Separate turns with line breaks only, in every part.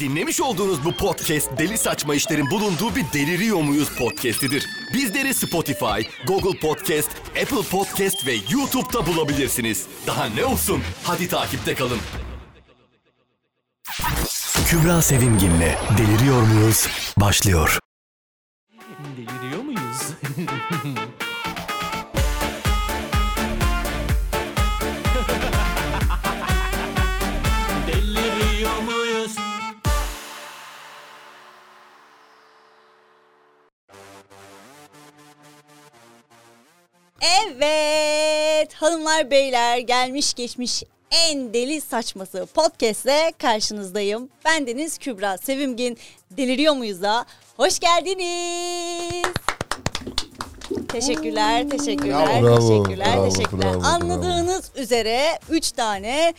Dinlemiş olduğunuz bu podcast deli saçma işlerin bulunduğu bir deliriyor muyuz podcastidir. Bizleri Spotify, Google Podcast, Apple Podcast ve YouTube'da bulabilirsiniz. Daha ne olsun? Hadi takipte kalın. Kübra Sevimgin'le Deliriyor Muyuz başlıyor.
Deliriyor muyuz? Deliriyor muyuz?
Evet hanımlar beyler gelmiş geçmiş en deli saçması podcast'le karşınızdayım. Ben Deniz Kübra Sevimgin Deliriyor Muyuz'a hoş geldiniz. Teşekkürler, teşekkürler,
Bravo,
teşekkürler,
bravo,
teşekkürler.
bravo, bravo.
Anladığınız üzere 3 tane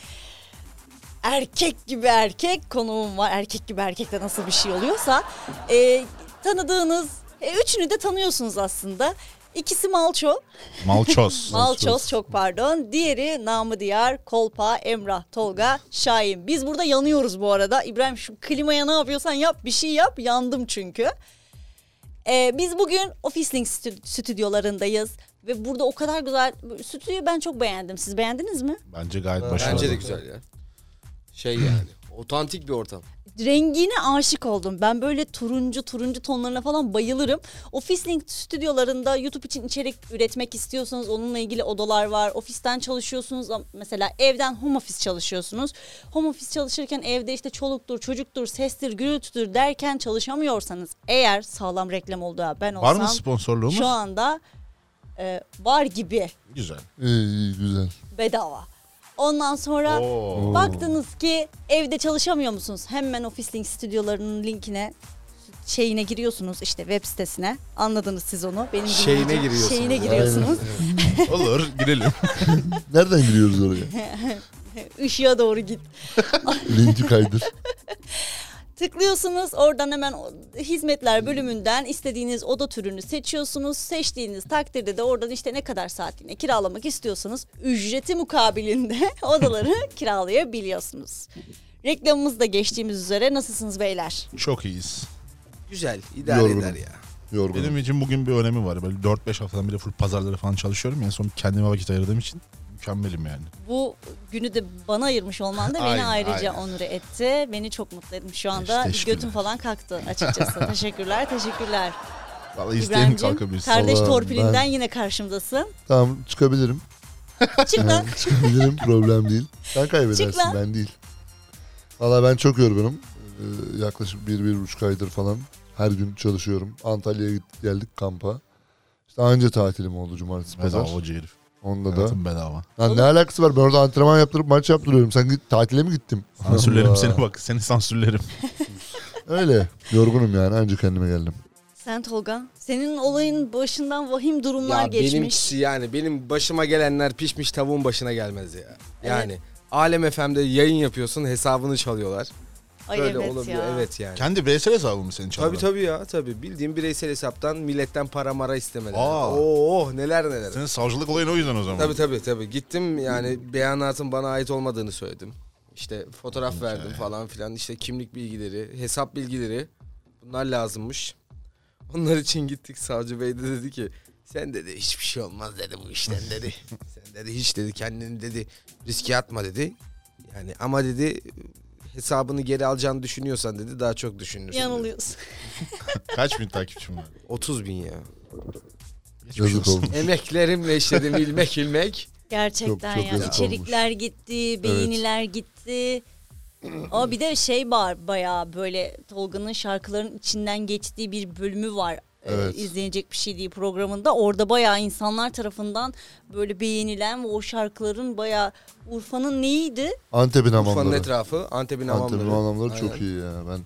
erkek gibi erkek konuğum var. Erkek gibi erkekte nasıl bir şey oluyorsa. E, tanıdığınız, e, üçünü de tanıyorsunuz aslında. İkisi Malço,
Malçoz.
Malçoz çok pardon. Diğeri namı diğer Kolpa, Emrah, Tolga, Şahin. Biz burada yanıyoruz bu arada. İbrahim şu klimaya ne yapıyorsan yap bir şey yap. Yandım çünkü. Ee, biz bugün Office Link stü- stüdyolarındayız. Ve burada o kadar güzel. Stüdyoyu ben çok beğendim. Siz beğendiniz mi?
Bence gayet başarılı.
Bence de güzel ya. Şey yani. Otantik bir ortam.
rengine aşık oldum. Ben böyle turuncu turuncu tonlarına falan bayılırım. Office Link stüdyolarında YouTube için içerik üretmek istiyorsanız onunla ilgili odalar var. Ofisten çalışıyorsunuz ama mesela evden home office çalışıyorsunuz. Home office çalışırken evde işte çoluktur, çocuktur, sestir, gürültüdür derken çalışamıyorsanız eğer sağlam reklam oldu ha ben
Var
olsam
mı sponsorluğumuz?
şu anda e, var gibi
Güzel.
İyi, iyi, güzel.
bedava. Ondan sonra
Oo.
baktınız ki evde çalışamıyor musunuz? Hemen Office Link stüdyolarının linkine şeyine giriyorsunuz işte web sitesine. Anladınız siz onu. Benim
Şeyine
bilmeyeceğim-
giriyorsunuz.
Şeyine giriyorsunuz.
Olur girelim.
Nereden giriyoruz oraya?
Işığa doğru git.
Linki kaydır.
Tıklıyorsunuz oradan hemen o- hizmetler bölümünden istediğiniz oda türünü seçiyorsunuz. Seçtiğiniz takdirde de oradan işte ne kadar saatliğine kiralamak istiyorsanız ücreti mukabilinde odaları kiralayabiliyorsunuz. Reklamımız da geçtiğimiz üzere nasılsınız beyler?
Çok iyiyiz.
Güzel. idare
Yorgunum.
eder ya.
Yorgunum.
Benim için bugün bir önemi var. Böyle 4-5 haftadan beri full pazarları falan çalışıyorum. En son kendime vakit ayırdığım için mükemmelim yani.
bu günü de bana ayırmış olman da beni
Aynen,
ayrıca
aynen.
onur etti. Beni çok mutlu ettim. Şu anda
teşekkürler.
götüm falan kalktı açıkçası. teşekkürler, teşekkürler.
Vallahi isteyen
İbrahim'cim
kalkabiliriz.
kardeş
Allah'ım,
torpilinden
ben-
yine karşımdasın.
Tamam çıkabilirim.
Çık lan.
Çıkabilirim problem değil. Sen
Çık lan.
kaybedersin ben değil. Valla ben çok yorgunum. Ee, yaklaşık bir, bir buçuk aydır falan. Her gün çalışıyorum. Antalya'ya git- geldik kampa. İşte anca tatilim oldu cumartesi pazar.
Bedava hoca herif.
Onda da.
Hayatım bedava.
Lan ne alakası var? Ben orada antrenman yaptırıp maç yaptırıyorum. Sen git, tatile mi gittim?
Sansürlerim
Allah.
seni bak. Seni sansürlerim.
Öyle. Yorgunum yani. Anca kendime geldim.
Sen Tolga, senin olayın başından vahim durumlar
Ya
geçmiş.
benimkisi yani benim başıma gelenler pişmiş tavuğun başına gelmez ya. Yani Alem FM'de yayın yapıyorsun hesabını çalıyorlar.
Ay
Böyle
evet
olabiliyor.
ya.
Evet yani.
Kendi bireysel hesabı mı seni çaldı?
Tabii tabii ya tabii. Bildiğim bireysel hesaptan milletten para mara istemeler.
Aa.
Oo oh, neler neler.
Senin savcılık olayın o yüzden o zaman.
Tabii tabii tabii. Gittim yani beyanatın bana ait olmadığını söyledim. İşte fotoğraf verdim falan filan. İşte kimlik bilgileri, hesap bilgileri. Bunlar lazımmış. Onlar için gittik. Savcı Bey de dedi ki sen dedi hiçbir şey olmaz dedi bu işten dedi. sen dedi hiç dedi kendini dedi riske atma dedi. Yani ama dedi hesabını geri alacağını düşünüyorsan dedi daha çok düşünürsün. dedi.
Yanılıyorsun.
Kaç bin takipçim var?
30 bin ya. şey
Geçmiş
Yazık
olsun.
oldu.
Emeklerimle işledim ilmek ilmek.
Gerçekten
Çok- çok
ya.
yazık
İçerikler gitti, beğeniler gitti. Ama bir de şey var bayağı böyle Tolga'nın şarkıların içinden geçtiği bir bölümü var. Ee,
Evet.
izlenecek bir şey değil programında. Orada bayağı insanlar tarafından böyle beğenilen ve o şarkıların bayağı Urfa'nın neydi?
Antep'in
Urfa'nın
hamamları.
etrafı, Antep'in hamamları.
Antep'in anlamları çok
Aynen.
iyi ya. Ben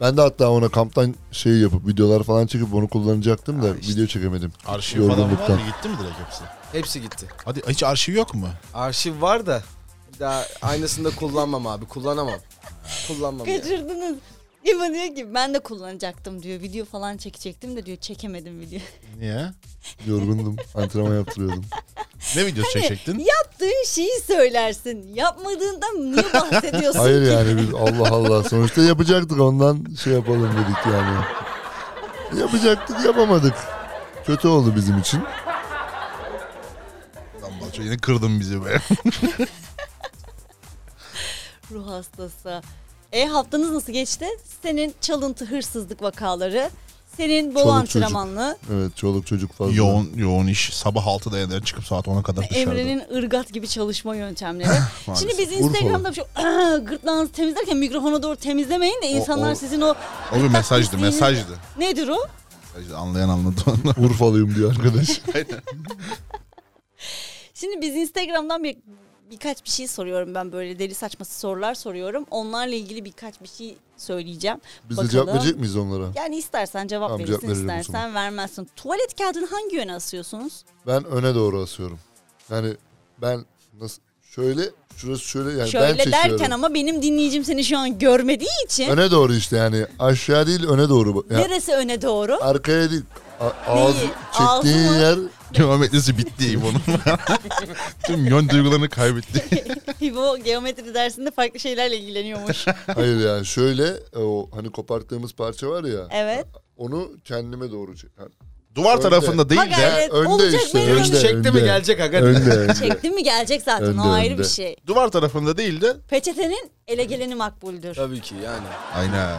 ben de hatta ona kamptan şey yapıp videolar falan çekip onu kullanacaktım da
Ha işte.
video çekemedim.
Arşiv falan var
Yorgunluktan.
mı? Gitti mi direkt hepsi?
Hepsi gitti.
Hadi hiç arşiv yok mu?
Arşiv var da bir daha aynısını da kullanmam abi. Kullanamam. Kullanmam yani.
Kaçırdınız. İbo diyor ki ben de kullanacaktım diyor. Video falan çekecektim de diyor çekemedim video.
Niye?
Yorgundum. antrenman yaptırıyordum.
Ne videosu
Hani
çekecektin?
Yaptığın şeyi söylersin. Yapmadığından niye bahsediyorsun
Hayır
ki?
yani biz Allah Allah sonuçta yapacaktık ondan şey yapalım dedik yani. Yapacaktık yapamadık. Kötü oldu bizim için.
Lan Balço yine kırdın bizi be.
Ruh hastası. E haftanız nasıl geçti? Senin çalıntı hırsızlık vakaları. Senin bol
Çoluk
antrenmanlı.
Evet çoluk çocuk fazla.
yoğun yoğun iş. Sabah 6'da evden çıkıp saat 10'a kadar dışarıda.
Emre'nin ırgat gibi çalışma yöntemleri. Şimdi biz
Urfalı.
Instagram'da bir şey gırtlağınızı temizlerken mikrofona doğru temizlemeyin de insanlar
o-
sizin o
O bir mesajdı mesajdı.
nedir o?
mesajdı. Anlayan anladı onu.
Urfalıyım diyor arkadaş.
Şimdi biz Instagram'dan bir birkaç bir şey soruyorum ben böyle deli saçması sorular soruyorum. Onlarla ilgili birkaç bir şey söyleyeceğim.
Biz de
Bakalım.
cevap verecek miyiz onlara?
Yani istersen cevap
Tamam, cevap
verirsin,
veririm o
istersen vermezsin. Tuvalet kağıdını hangi yöne asıyorsunuz?
Ben öne doğru asıyorum. Yani ben nasıl şöyle şurası şöyle yani ben
Şöyle
çekiyorum.
derken ama benim dinleyicim seni şu an görmediği için
Öne doğru işte yani aşağı değil öne doğru. bak- Yani
neresi öne doğru?
arkaya değil a- ağız
Neyi?
çektiğin
Ağzı mı?
yer
Geometrisi bitti bunun. Tüm yön duygularını kaybetti.
İbo geometri dersinde farklı şeylerle ilgileniyormuş.
hayır yani şöyle e, o hani koparttığımız parça var ya
Evet.
onu kendime doğru çek. yani
Duvar
Önde.
tarafında değil
Ha gayret.
de
Evet, olacak benim
önde,
önüm.
Çekti mi
önde.
gelecek aga.
Önde.
Çektin mi gelecek zaten
Önde,
o ayrı
önde.
bir şey.
duvar tarafında değil de
Peçetenin ele geleni makbuldür.
Tabii ki yani.
aynen.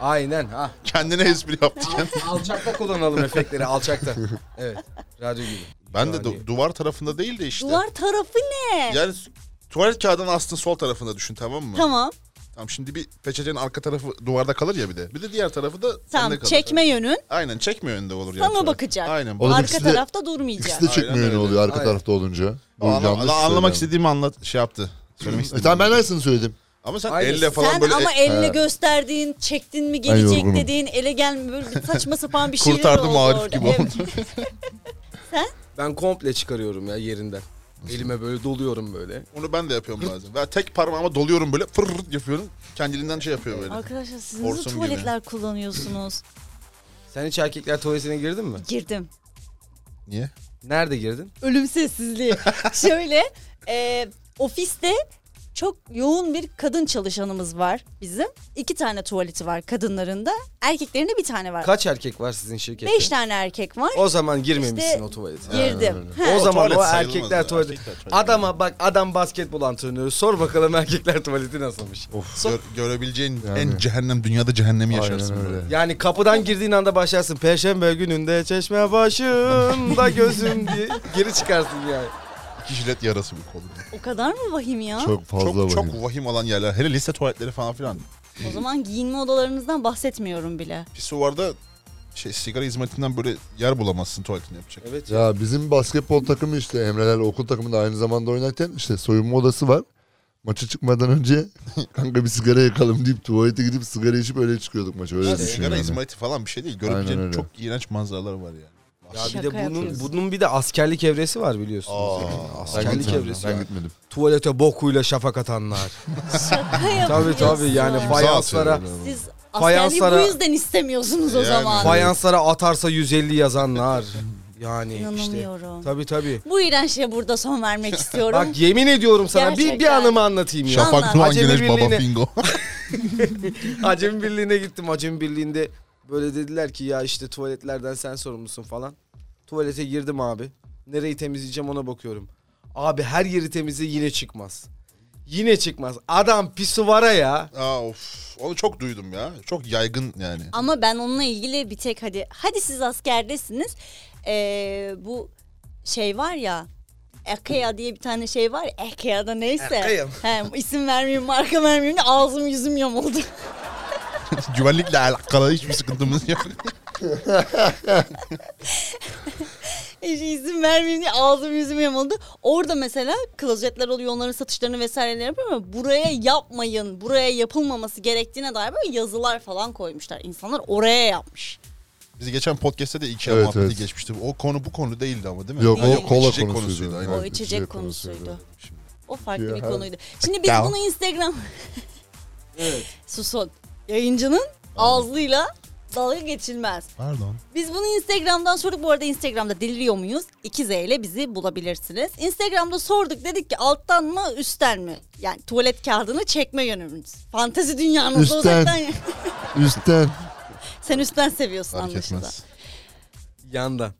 Aynen ha.
Kendine espri yaptı.
Alçakta kullanalım efektleri alçakta. Evet. Radyo gibi.
Ben de du-
Yani.
duvar tarafında değil de işte.
Duvar tarafı ne?
Yani s- tuvalet kağıdını astın sol tarafında düşün tamam mı?
Tamam.
Tamam şimdi bir peçetenin arka tarafı duvarda kalır ya bir de. Bir de diğer tarafı da
Tamam
sende kalır.
çekme yönün
Aynen çekme önünde olur yani.
sana
tuvalet.
bakacak.
Aynen.
Oğlum,
Arka
ikisi de-
tarafta durmayacak.
İkisi de çekmiyor
Aynen
ne oluyor arka
Aynen.
tarafta olunca. Bu
Anla-
yanlış
anla- anlamak
söylem.
istediğimi anlat şey yaptı. Söylemek
E
istediğimi.
tamam ben aynısını söyledim.
Ama sen
Aynen.
elle falan
Sen
böyle
ama
e,
elle gösterdiğin, çektin mi gelecek
yorgunum.
dediğin, ele gelme böyle bir saçma sapan bir şeyler
kurtardım
oldu
Arif
orada.
gibi
Evet.
oldu.
Ben komple çıkarıyorum ya yerinden. Elime böyle doluyorum böyle.
Onu ben de yapıyorum bazen. Ben tek parmağıma doluyorum böyle fırr yapıyorum. Kendiliğinden şey yapıyor böyle.
Arkadaşlar siz nasıl
Porsum
tuvaletler kullanıyorsunuz?
Sen hiç erkekler tuvaletine girdin mi?
Girdim.
Niye?
Nerede girdin?
ölüm sessizliği. Şöyle e, ofiste çok yoğun bir kadın çalışanımız var bizim. İki tane tuvaleti var kadınların da. Erkeklerin de bir tane var.
Kaç erkek var sizin şirkette?
Beş tane erkek var.
O zaman girmemişsin
İşte-
o tuvalete.
Girdim. Ha,
O zaman
tuvalet
o
sayılmaz ya,
erkekler tuvaleti.
erkekler tuvaleti.
Adama bak adam basketbol antrenörü. Sor bakalım erkekler tuvaleti nasılmış.
Gör- görebileceğin
Yani.
en cehennem dünyada cehennemi yaşarsın.
Aynen
böyle.
öyle.
Yani kapıdan girdiğin anda başlarsın. Perşembe gününde çeşme başında gözüm diye geri çıkarsın yani.
İki jilet yarası bir kolun.
o kadar mı vahim ya?
Çok fazla
Çok,
var.
çok vahim olan yerler. Hele lise tuvaletleri falan filan.
O zaman giyinme odalarınızdan bahsetmiyorum bile.
Pisuvarda şey sigara hizmetinden böyle yer bulamazsın tuvaletini yapacak.
Evet.
Ya bizim basketbol takımı işte Emreler okul takımında aynı zamanda oynarken işte soyunma odası var. Maça çıkmadan önce kanka bir sigara yakalım deyip tuvalete gidip sigara içip öyle çıkıyorduk maça. Öyle
Yani
düşün
sigara
yani.
hizmeti falan bir şey değil.
Aynen
Görebileceğin
öyle.
çok iğrenç manzaralar var yani.
Ya bir
Şaka
de bunun,
yapıyorsun.
bunun bir de askerlik evresi var biliyorsunuz.
Aa,
Ben
Kendi
gitmedim.
çevresi
Ben
ya.
gitmedim.
Tuvalete bokuyla şafak atanlar.
Şaka
tabii
yapıyorsun.
tabii yani fayanslara
Siz askerliği
Fayanslara-
bu yüzden istemiyorsunuz o
Yani.
zaman.
fayanslara atarsa 150 yazanlar. Yani işte.
İnanamıyorum.
Tabii tabii.
Bu iğrençliğe burada son vermek istiyorum.
Bak yemin ediyorum sana bir, bir
Gerçekten.
anımı anlatayım ya.
Şafak
Şafak
Anlar. Doğan
Doğan
Acemi
Güneş Baba
Birliği'ne-
Fingo.
Acemi Birliği'ne gittim. Acemi Birliği'nde böyle dediler ki ya işte tuvaletlerden sen sorumlusun falan. Tuvalete girdim abi. Nereyi temizleyeceğim ona bakıyorum. Abi her yeri temizle yine çıkmaz. Yine çıkmaz. Adam pisuvara ya.
Aa, of. Onu çok duydum ya. Çok yaygın yani.
Ama ben onunla ilgili bir tek hadi hadi siz askerdesiniz. Ee, bu şey var ya Ekea diye bir tane şey var. ya, Ekea'da neyse.
Ekea.
He, isim vermeyeyim, marka vermeyeyim de ağzım yüzüm yamuldu.
Güvenlikle alakalı hiçbir sıkıntımız yok.
Hiç E, şey, isim vermeyeyim diye ağzım yüzüm yamuldu. Orada mesela klozetler oluyor onların satışlarını vesaireleri yapıyor ama buraya yapmayın, buraya yapılmaması gerektiğine dair böyle yazılar falan koymuşlar. İnsanlar oraya yapmış.
Biz geçen podcast'te de iki
Evet,
muhabbeti
evet.
geçmişti. O konu bu konu değildi ama değil mi?
Yok
Ha,
o kola
içecek
konusuydu.
aynen.
O
Evet,
içecek konusuydu.
Şimdi
O farklı
Ya.
bir konuydu. Şimdi biz
Ya.
bunu Instagram... Susun. Yayıncının ağzıyla Dalga geçilmez.
Pardon.
Biz bunu Instagram'dan sorduk. Bu arada Instagram'da deliriyor muyuz? 2Z ile bizi bulabilirsiniz. Instagram'da sorduk dedik ki alttan mı üstten mi? Yani tuvalet kağıdını çekme yönümüz. Fantezi dünyamızda
Üstten.
uzaktan.
Üstten.
Sen üstten seviyorsun
Fark
anlaşılan.
etmez.
Yandan.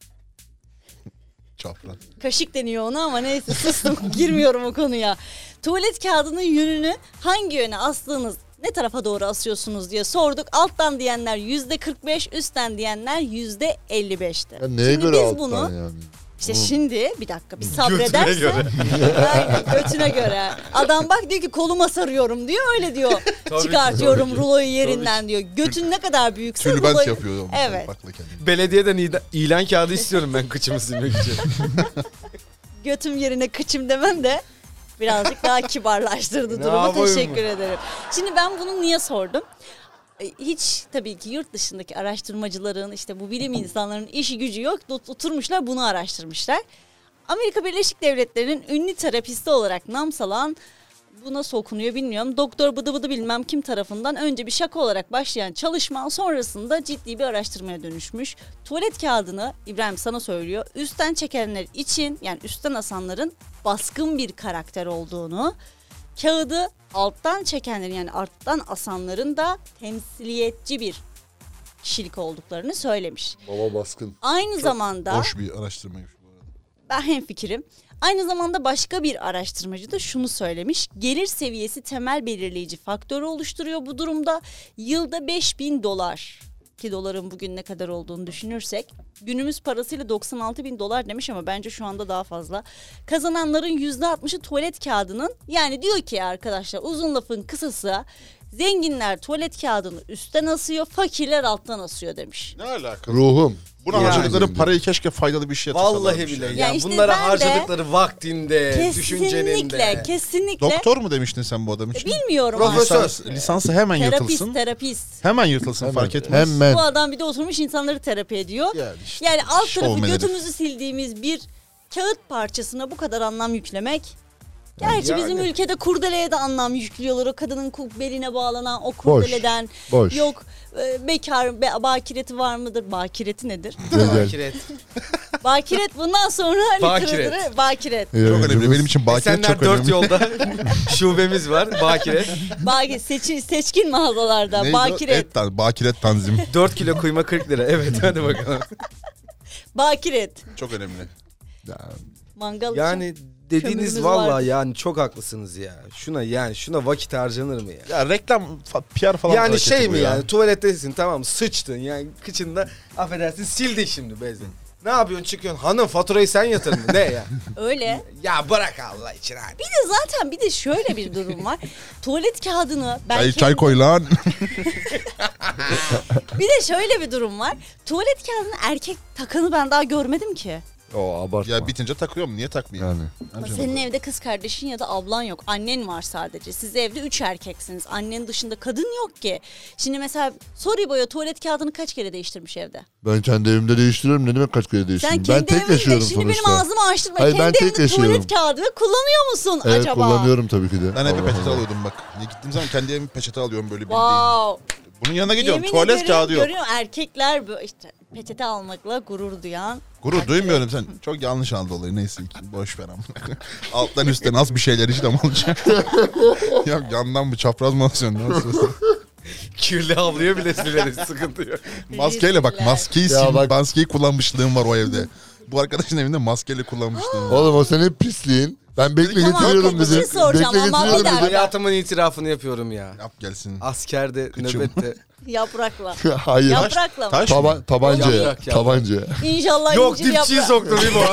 Çapraz.
Kaşık deniyor ona ama neyse sustum girmiyorum o konuya. Tuvalet kağıdının yönünü hangi yöne astığınız ne tarafa doğru asıyorsunuz diye sorduk. Alttan diyenler yüzde 45, üstten diyenler yüzde 55'ti.
Ya neye
Şimdi
göre
biz
alttan
bunu-
yani?
İşte şimdi bir dakika bir sabrederse. Aynen, götüne göre. Adam bak diyor ki koluma sarıyorum diyor öyle diyor. Çıkartıyorum ruloyu yerinden diyor. Götün ne kadar büyükse ruloyu-
Tülbent yapıyor.
Evet.
Bakla kendini.
Belediyeden ida- ilan kağıdı istiyorum ben kıçımı silmek için.
götüm yerine kıçım demem de birazcık daha kibarlaştırdı
Ne
durumu.
yapayım?
Teşekkür ederim. Şimdi ben bunu niye sordum? E, Hiç tabii ki yurt dışındaki araştırmacıların işte bu bilim insanların işi gücü yok. Ot- Oturmuşlar bunu araştırmışlar. Amerika Birleşik Devletleri'nin ünlü terapisti olarak nam salan bu nasıl okunuyor bilmiyorum. Doktor bıdı bıdı bilmem kim tarafından önce bir şaka olarak başlayan çalışma sonrasında ciddi bir araştırmaya dönüşmüş. Tuvalet kağıdını İbrahim sana söylüyor. Üstten çekenler için yani üstten asanların baskın bir karakter olduğunu, kağıdı alttan çekenlerin yani alttan asanların da temsiliyetçi bir kişilik olduklarını söylemiş.
Baba baskın.
Aynı zamanda
Hoş bir araştırmaymış bu arada.
ben hemfikirim. Aynı zamanda başka bir araştırmacı da şunu söylemiş. Gelir seviyesi temel belirleyici faktörü oluşturuyor bu durumda. Yılda 5000 dolar ki doların bugün ne kadar olduğunu düşünürsek günümüz parasıyla 96 bin dolar demiş ama bence şu anda daha fazla. Kazananların %60'ı tuvalet kağıdının yani diyor ki arkadaşlar uzun lafın kısası zenginler tuvalet kağıdını üstten asıyor fakirler alttan asıyor demiş.
Ne alaka?
Ruhum.
Buna
Yani.
harcadıkları parayı keşke faydalı bir şey şeye
Vallahi
tasarlarmış
bile.
ya.
Yani
Ya işte
bunlara
ben de-
harcadıkları vaktinde, düşüncenin
Kesinlikle
de.
kesinlikle.
Doktor mu demiştin sen bu adam için?
Bilmiyorum.
Profesör.
Lisans- lisansı hemen
E, Terapist,
yırtılsın.
terapist.
Hemen yırtılsın
Hemen.
fark etmez.
Hemen.
Bu adam bir de oturmuş insanları terapi ediyor.
Yani işte.
Yani alt
şov
tarafı
menedir.
götümüzü sildiğimiz bir kağıt parçasına bu kadar anlam yüklemek. Gerçi
Yani.
bizim ülkede kurdeleye de anlam yüklüyorlar. O kadının ku- beline bağlanan o kurdeleden.
Boş.
Yok e, bekar, be- bakireti var mıdır? Bakireti nedir?
Güzel.
Kiret.
Bakiret bundan sonra hani
Bakiret.
tırıdırı- bakiret.
Çok önemli. Benim
E,
için bakire
Esenler
çok
dört
önemli.
yolda şubemiz var. Bakire.
Baki, seçi- seçkin mağazalarda
Neydi o?
bakiret.
Et tan- bakiret tanzim.
4 kilo kıyma 40 lira. Evet hadi bakalım.
Bakiret.
çok önemli.
Mangal için.
Yani
Kömürümüz
dediğiniz
vardı.
valla yani çok haklısınız ya. Şuna yani şuna vakit harcanır mı ya?
Ya reklam, fa- PR falan
yani
hareketi
şey
bu
mi
ya.
yani tuvalettesin tamam sıçtın yani kıçında affedersin sildin şimdi bezle. Ne yapıyorsun çıkıyorsun hanım faturayı sen yatır mı? ne ya?
Öyle.
Ya bırak Allah için hadi.
Bir de zaten bir de şöyle bir durum var. Tuvalet kağıdını ben
Ay,
kendim-
çay koy lan.
bir de şöyle bir durum var. Tuvalet kağıdını erkek takanı ben daha görmedim ki.
O abartma.
ya bitince takıyorum. Niye takmayayım?
Yani.
Ama Senin evde kız kardeşin ya da ablan yok. Annen var sadece. Siz evde üç erkeksiniz. Annen dışında kadın yok ki. Şimdi mesela Soribo'ya tuvalet kağıdını kaç kere değiştirmiş evde?
Ben kendi evimde değiştiriyorum. Ne demek kaç kere
Sen
değiştiriyorum? Ben
kendi
tek
evinde
yaşıyorum
şimdi
sonuçta.
benim ağzımı açtırma.
Hayır,
kendi
ben tek
evinde
yaşıyorum.
tuvalet kağıdını kullanıyor musun
Evet
acaba?
kullanıyorum tabii ki de.
Ben hep bir
Allah
peçete
Allah.
alıyordum bak. Ya gittiğim zaman kendi evime peçete alıyorum böyle bildiğin.
Wow.
Bunun yanına gidiyorum.
Yemin
Tuvalet
ederim
kağıdı yok.
Görüyorum erkekler böyle işte peçete almakla gurur duyan
Gurur duymuyorum sen. Çok yanlış aldı olayı. Neyse ki boş ver ama. Alttan üstten az bir şeyler işte ama olacak. ya yandan bu çapraz mı alıyorsun? Nasıl olsa.
Kirli havluya bile sileriz sıkıntı yok.
maskeyle bak. Maskeyi
Ya
sil-
bak.
maskeyi kullanmışlığım var o evde. Bu arkadaşın evinde maskeyle kullanmışlığım var.
Oğlum o senin pisliğin. Ben bekle
Tamam,
getiriyorum
bir şey
bizi.
soracağım
bekle
ama bir
getiriyorum bizi.
dakika.
Hayatımın itirafını yapıyorum ya.
Yap gelsin.
Askerde
Kıçım.
nöbette.
yaprakla.
Hayır.
Taş- Yaprakla mı?
Taş mı?
Taba- tabanca.
Yaprak, yaprak.
Tabanca.
İnşallah
Yok
incir
dipçiyi
yaprak.
soktu değil mi o?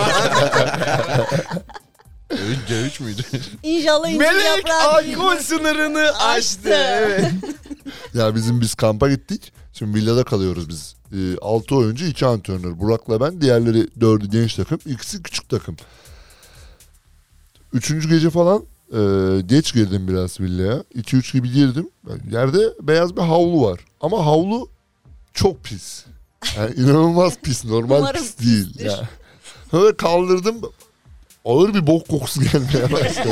Öğüt G3 müydü?
İnşallah incir
Melek
yaprağı.
alkol sınırını aştı. Evet.
Ya bizim biz kampa gittik. Şimdi villada kalıyoruz biz. Ee, 6 oyuncu 2 antrenör. Burak'la ben. Diğerleri 4'ü genç takım. ikisi küçük takım. Üçüncü gece falan e, geç girdim biraz villaya. 2-3 gibi girdim. Ben- Yerde beyaz bir havlu var. Ama havlu çok pis. Yani inanılmaz pis. Normal
Umarım
pis değil.
pistir.
Ya. Böyle kaldırdım. ağır bir bok kokusu gelmeye başladı.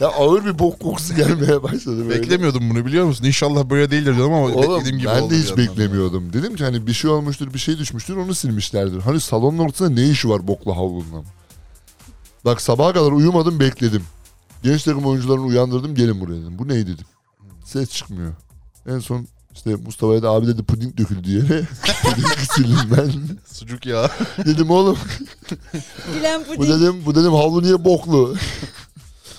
ya ağır bir bok kokusu gelmeye başladı. Böyle.
Beklemiyordum bunu biliyor musun? İnşallah böyle değildir diyordum ama
Oğlum
beklediğim gibi
ben
oldu
de
bir
hiç
yandan.
beklemiyordum. Dedim ki hani bir şey olmuştur, bir şey düşmüştür onu silmişlerdir. Hani salonun ortasında ne işi var bokla havlunun? Bak sabaha kadar uyumadım bekledim. Genç takım oyuncularını uyandırdım gelin buraya dedim. Bu neydi dedim. Ses çıkmıyor. En son işte Mustafa'ya da abi dedi puding döküldü yere. puding sildim ben.
Sucuk ya.
Dedim oğlum
Gülen puding.
bu dedim bu dedim havlu niye boklu?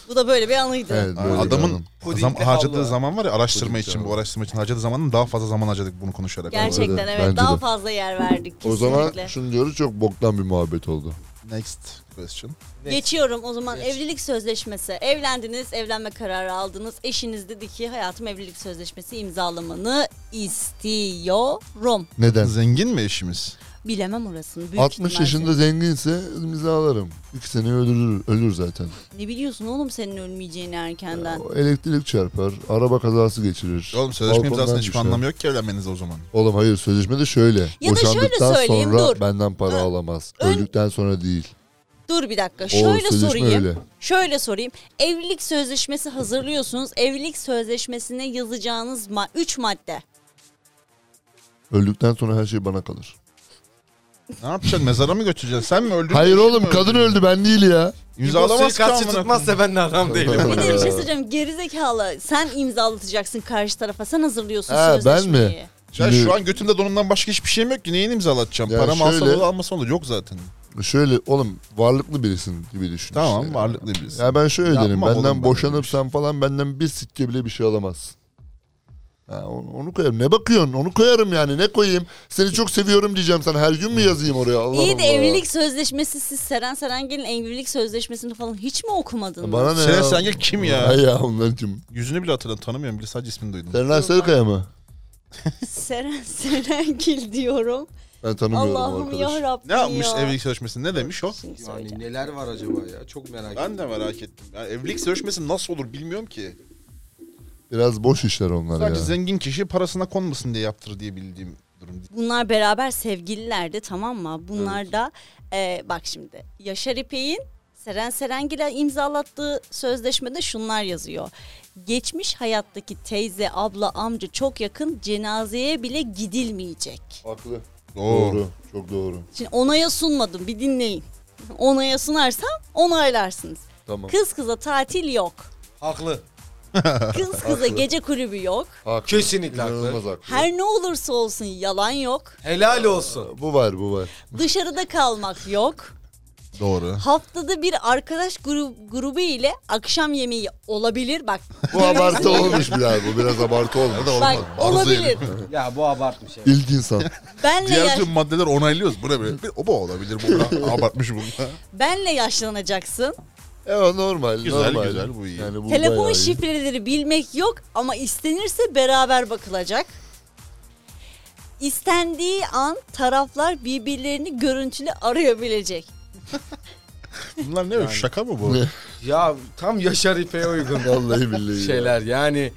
Bu da böyle bir anıydı.
Evet, böyle
Adamın
bir
zam,
Pudingde
harcadığı
havlu.
zaman var ya araştırma
Pudingde
için bu
havlu.
araştırma için harcadığı zamanın daha fazla zaman harcadık bunu konuşarak.
Gerçekten
Bence de,
evet.
bence
Daha
de.
fazla yer verdik kesinlikle.
O zaman şunu diyoruz çok boktan bir muhabbet oldu.
Next question.
Geçiyorum o zaman
Geç.
evlilik sözleşmesi. Evlendiniz, evlenme kararı aldınız. Eşiniz dedi ki hayatım evlilik sözleşmesi imzalamanı istiyorum.
Neden?
Zengin mi eşimiz?
Bilemem orasını. Büyük
60
ihtimalle.
yaşında zenginse imzalarım. İki sene ölür, ölür zaten.
Ne biliyorsun oğlum senin ölmeyeceğini erkenden.
O elektrik çarpar, araba kazası geçirir.
Oğlum sözleşme
balkondan
imzasında hiçbir
düşer.
anlamı yok ki evlenmenize o zaman.
Oğlum hayır sözleşmede şöyle.
şöyle
Boşandıktan
söyleyeyim,
sonra
dur.
benden para
Ha,
alamaz.
ön-
Öldükten sonra değil.
Dur bir dakika
O
şöyle
sözleşme
sorayım.
öyle.
Şöyle sorayım. Evlilik sözleşmesi hazırlıyorsunuz. Evlilik sözleşmesine yazacağınız 3 üç madde.
Öldükten sonra her şey bana kalır.
Ne yapacaksın? Mezara mı götüreceksin? Sen mi öldün?
Hayır
Eşin
oğlum
mi
kadın
öldü?
öldü ben değil ya.
İmzalamaz ki
kaçı
amına koyayım.
tutmazsa ben de adam değilim.
Bir de bir şey söyleyeceğim. Gerizekalı sen imzalatacaksın karşı tarafa. Sen hazırlıyorsun
Ha, ben
sözleşmeyi.
mi?
Ya
Şimdi-
şu an götümde donumdan başka hiçbir şeyim yok ki. Neyin imzalatacağım?
Ya
Param alsa
şöyle-
olur almasa olur. Yok zaten.
Şöyle oğlum varlıklı birisin gibi düşün.
Tamam
işte.
varlıklı birisin.
Ya ben şöyle
Yapma
derim.
oğlum şey.
Benden
ben
boşanırsan falan benden bir sikke bile bir şey alamazsın. Ha, onu, onu koyarım. Ne bakıyorsun? Onu koyarım yani. Ne koyayım? Seni çok seviyorum diyeceğim sana. Her gün mü yazayım oraya? Allah
İyi de
Allah.
evlilik sözleşmesi siz Seren Serengil'in evlilik sözleşmesini falan hiç mi okumadınız?
Bana ne
Seren
ya?
Serengil kim ya?
Ay ya onlar kim?
Yüzünü bile hatırlamıyorum. Tanımıyorum bile sadece ismini duydum.
Serenay Sarıkaya mı?
Seren Serengil diyorum.
Ben tanımıyorum
Allah'ım
arkadaş.
ya Rabbim
Ne yapmış
ya.
evlilik sözleşmesi? Ne demiş o?
Şimdi söyleyeceğim.
Yani neler var acaba ya? Çok merak
Ben
ettim.
de merak ettim. Ya evlilik sözleşmesi nasıl olur bilmiyorum ki.
Biraz boş işler onlar
Sadece
ya.
zengin kişi parasına konmasın diye yaptır diye bildiğim durum.
Bunlar beraber sevgililerdi tamam mı? Bunlar da e, bak şimdi Yaşar İpek'in Seren Serengil'e imzalattığı sözleşmede şunlar yazıyor. Geçmiş hayattaki teyze, abla, amca çok yakın cenazeye bile gidilmeyecek.
Haklı.
Doğru.
Doğru. Çok doğru.
Şimdi onaya sunmadım bir dinleyin. Onaya sunarsam onaylarsınız.
Tamam.
Kız kıza tatil yok.
Haklı.
Kız kıza gece kulübü yok.
Haklı.
Kesinlikle haklı.
İnanılmaz haklı.
Her ne olursa olsun yalan yok.
Helal olsun.
Bu var bu var.
Dışarıda kalmak yok.
Doğru.
Haftada bir arkadaş grubu, grubu ile akşam yemeği olabilir. Bak
Bu abartı olmuş biraz. Bu biraz abartı olmuş.
bak olabilir.
Ya bu abartmış. evet.
İlk insan.
Benle
Diğer
yaş-
tüm maddeler onaylıyoruz. Bu ne böyle? Bir- O bu olabilir. Bu buna abartmış bunu.
benle
E,
yaşlanacaksın.
Evet normal.
Güzel,
normal.
güzel, bu iyi.
Yani bu bayağı
Telefon
iyi.
şifreleri bilmek yok ama istenirse beraber bakılacak. İstendiği an taraflar birbirlerini görüntülü arayabilecek.
Bunlar ne? Şaka mı bu?
Ne?
Ya tam Yaşar İpek'e uygun.
Vallahi billahi. ya.
şeyler yani.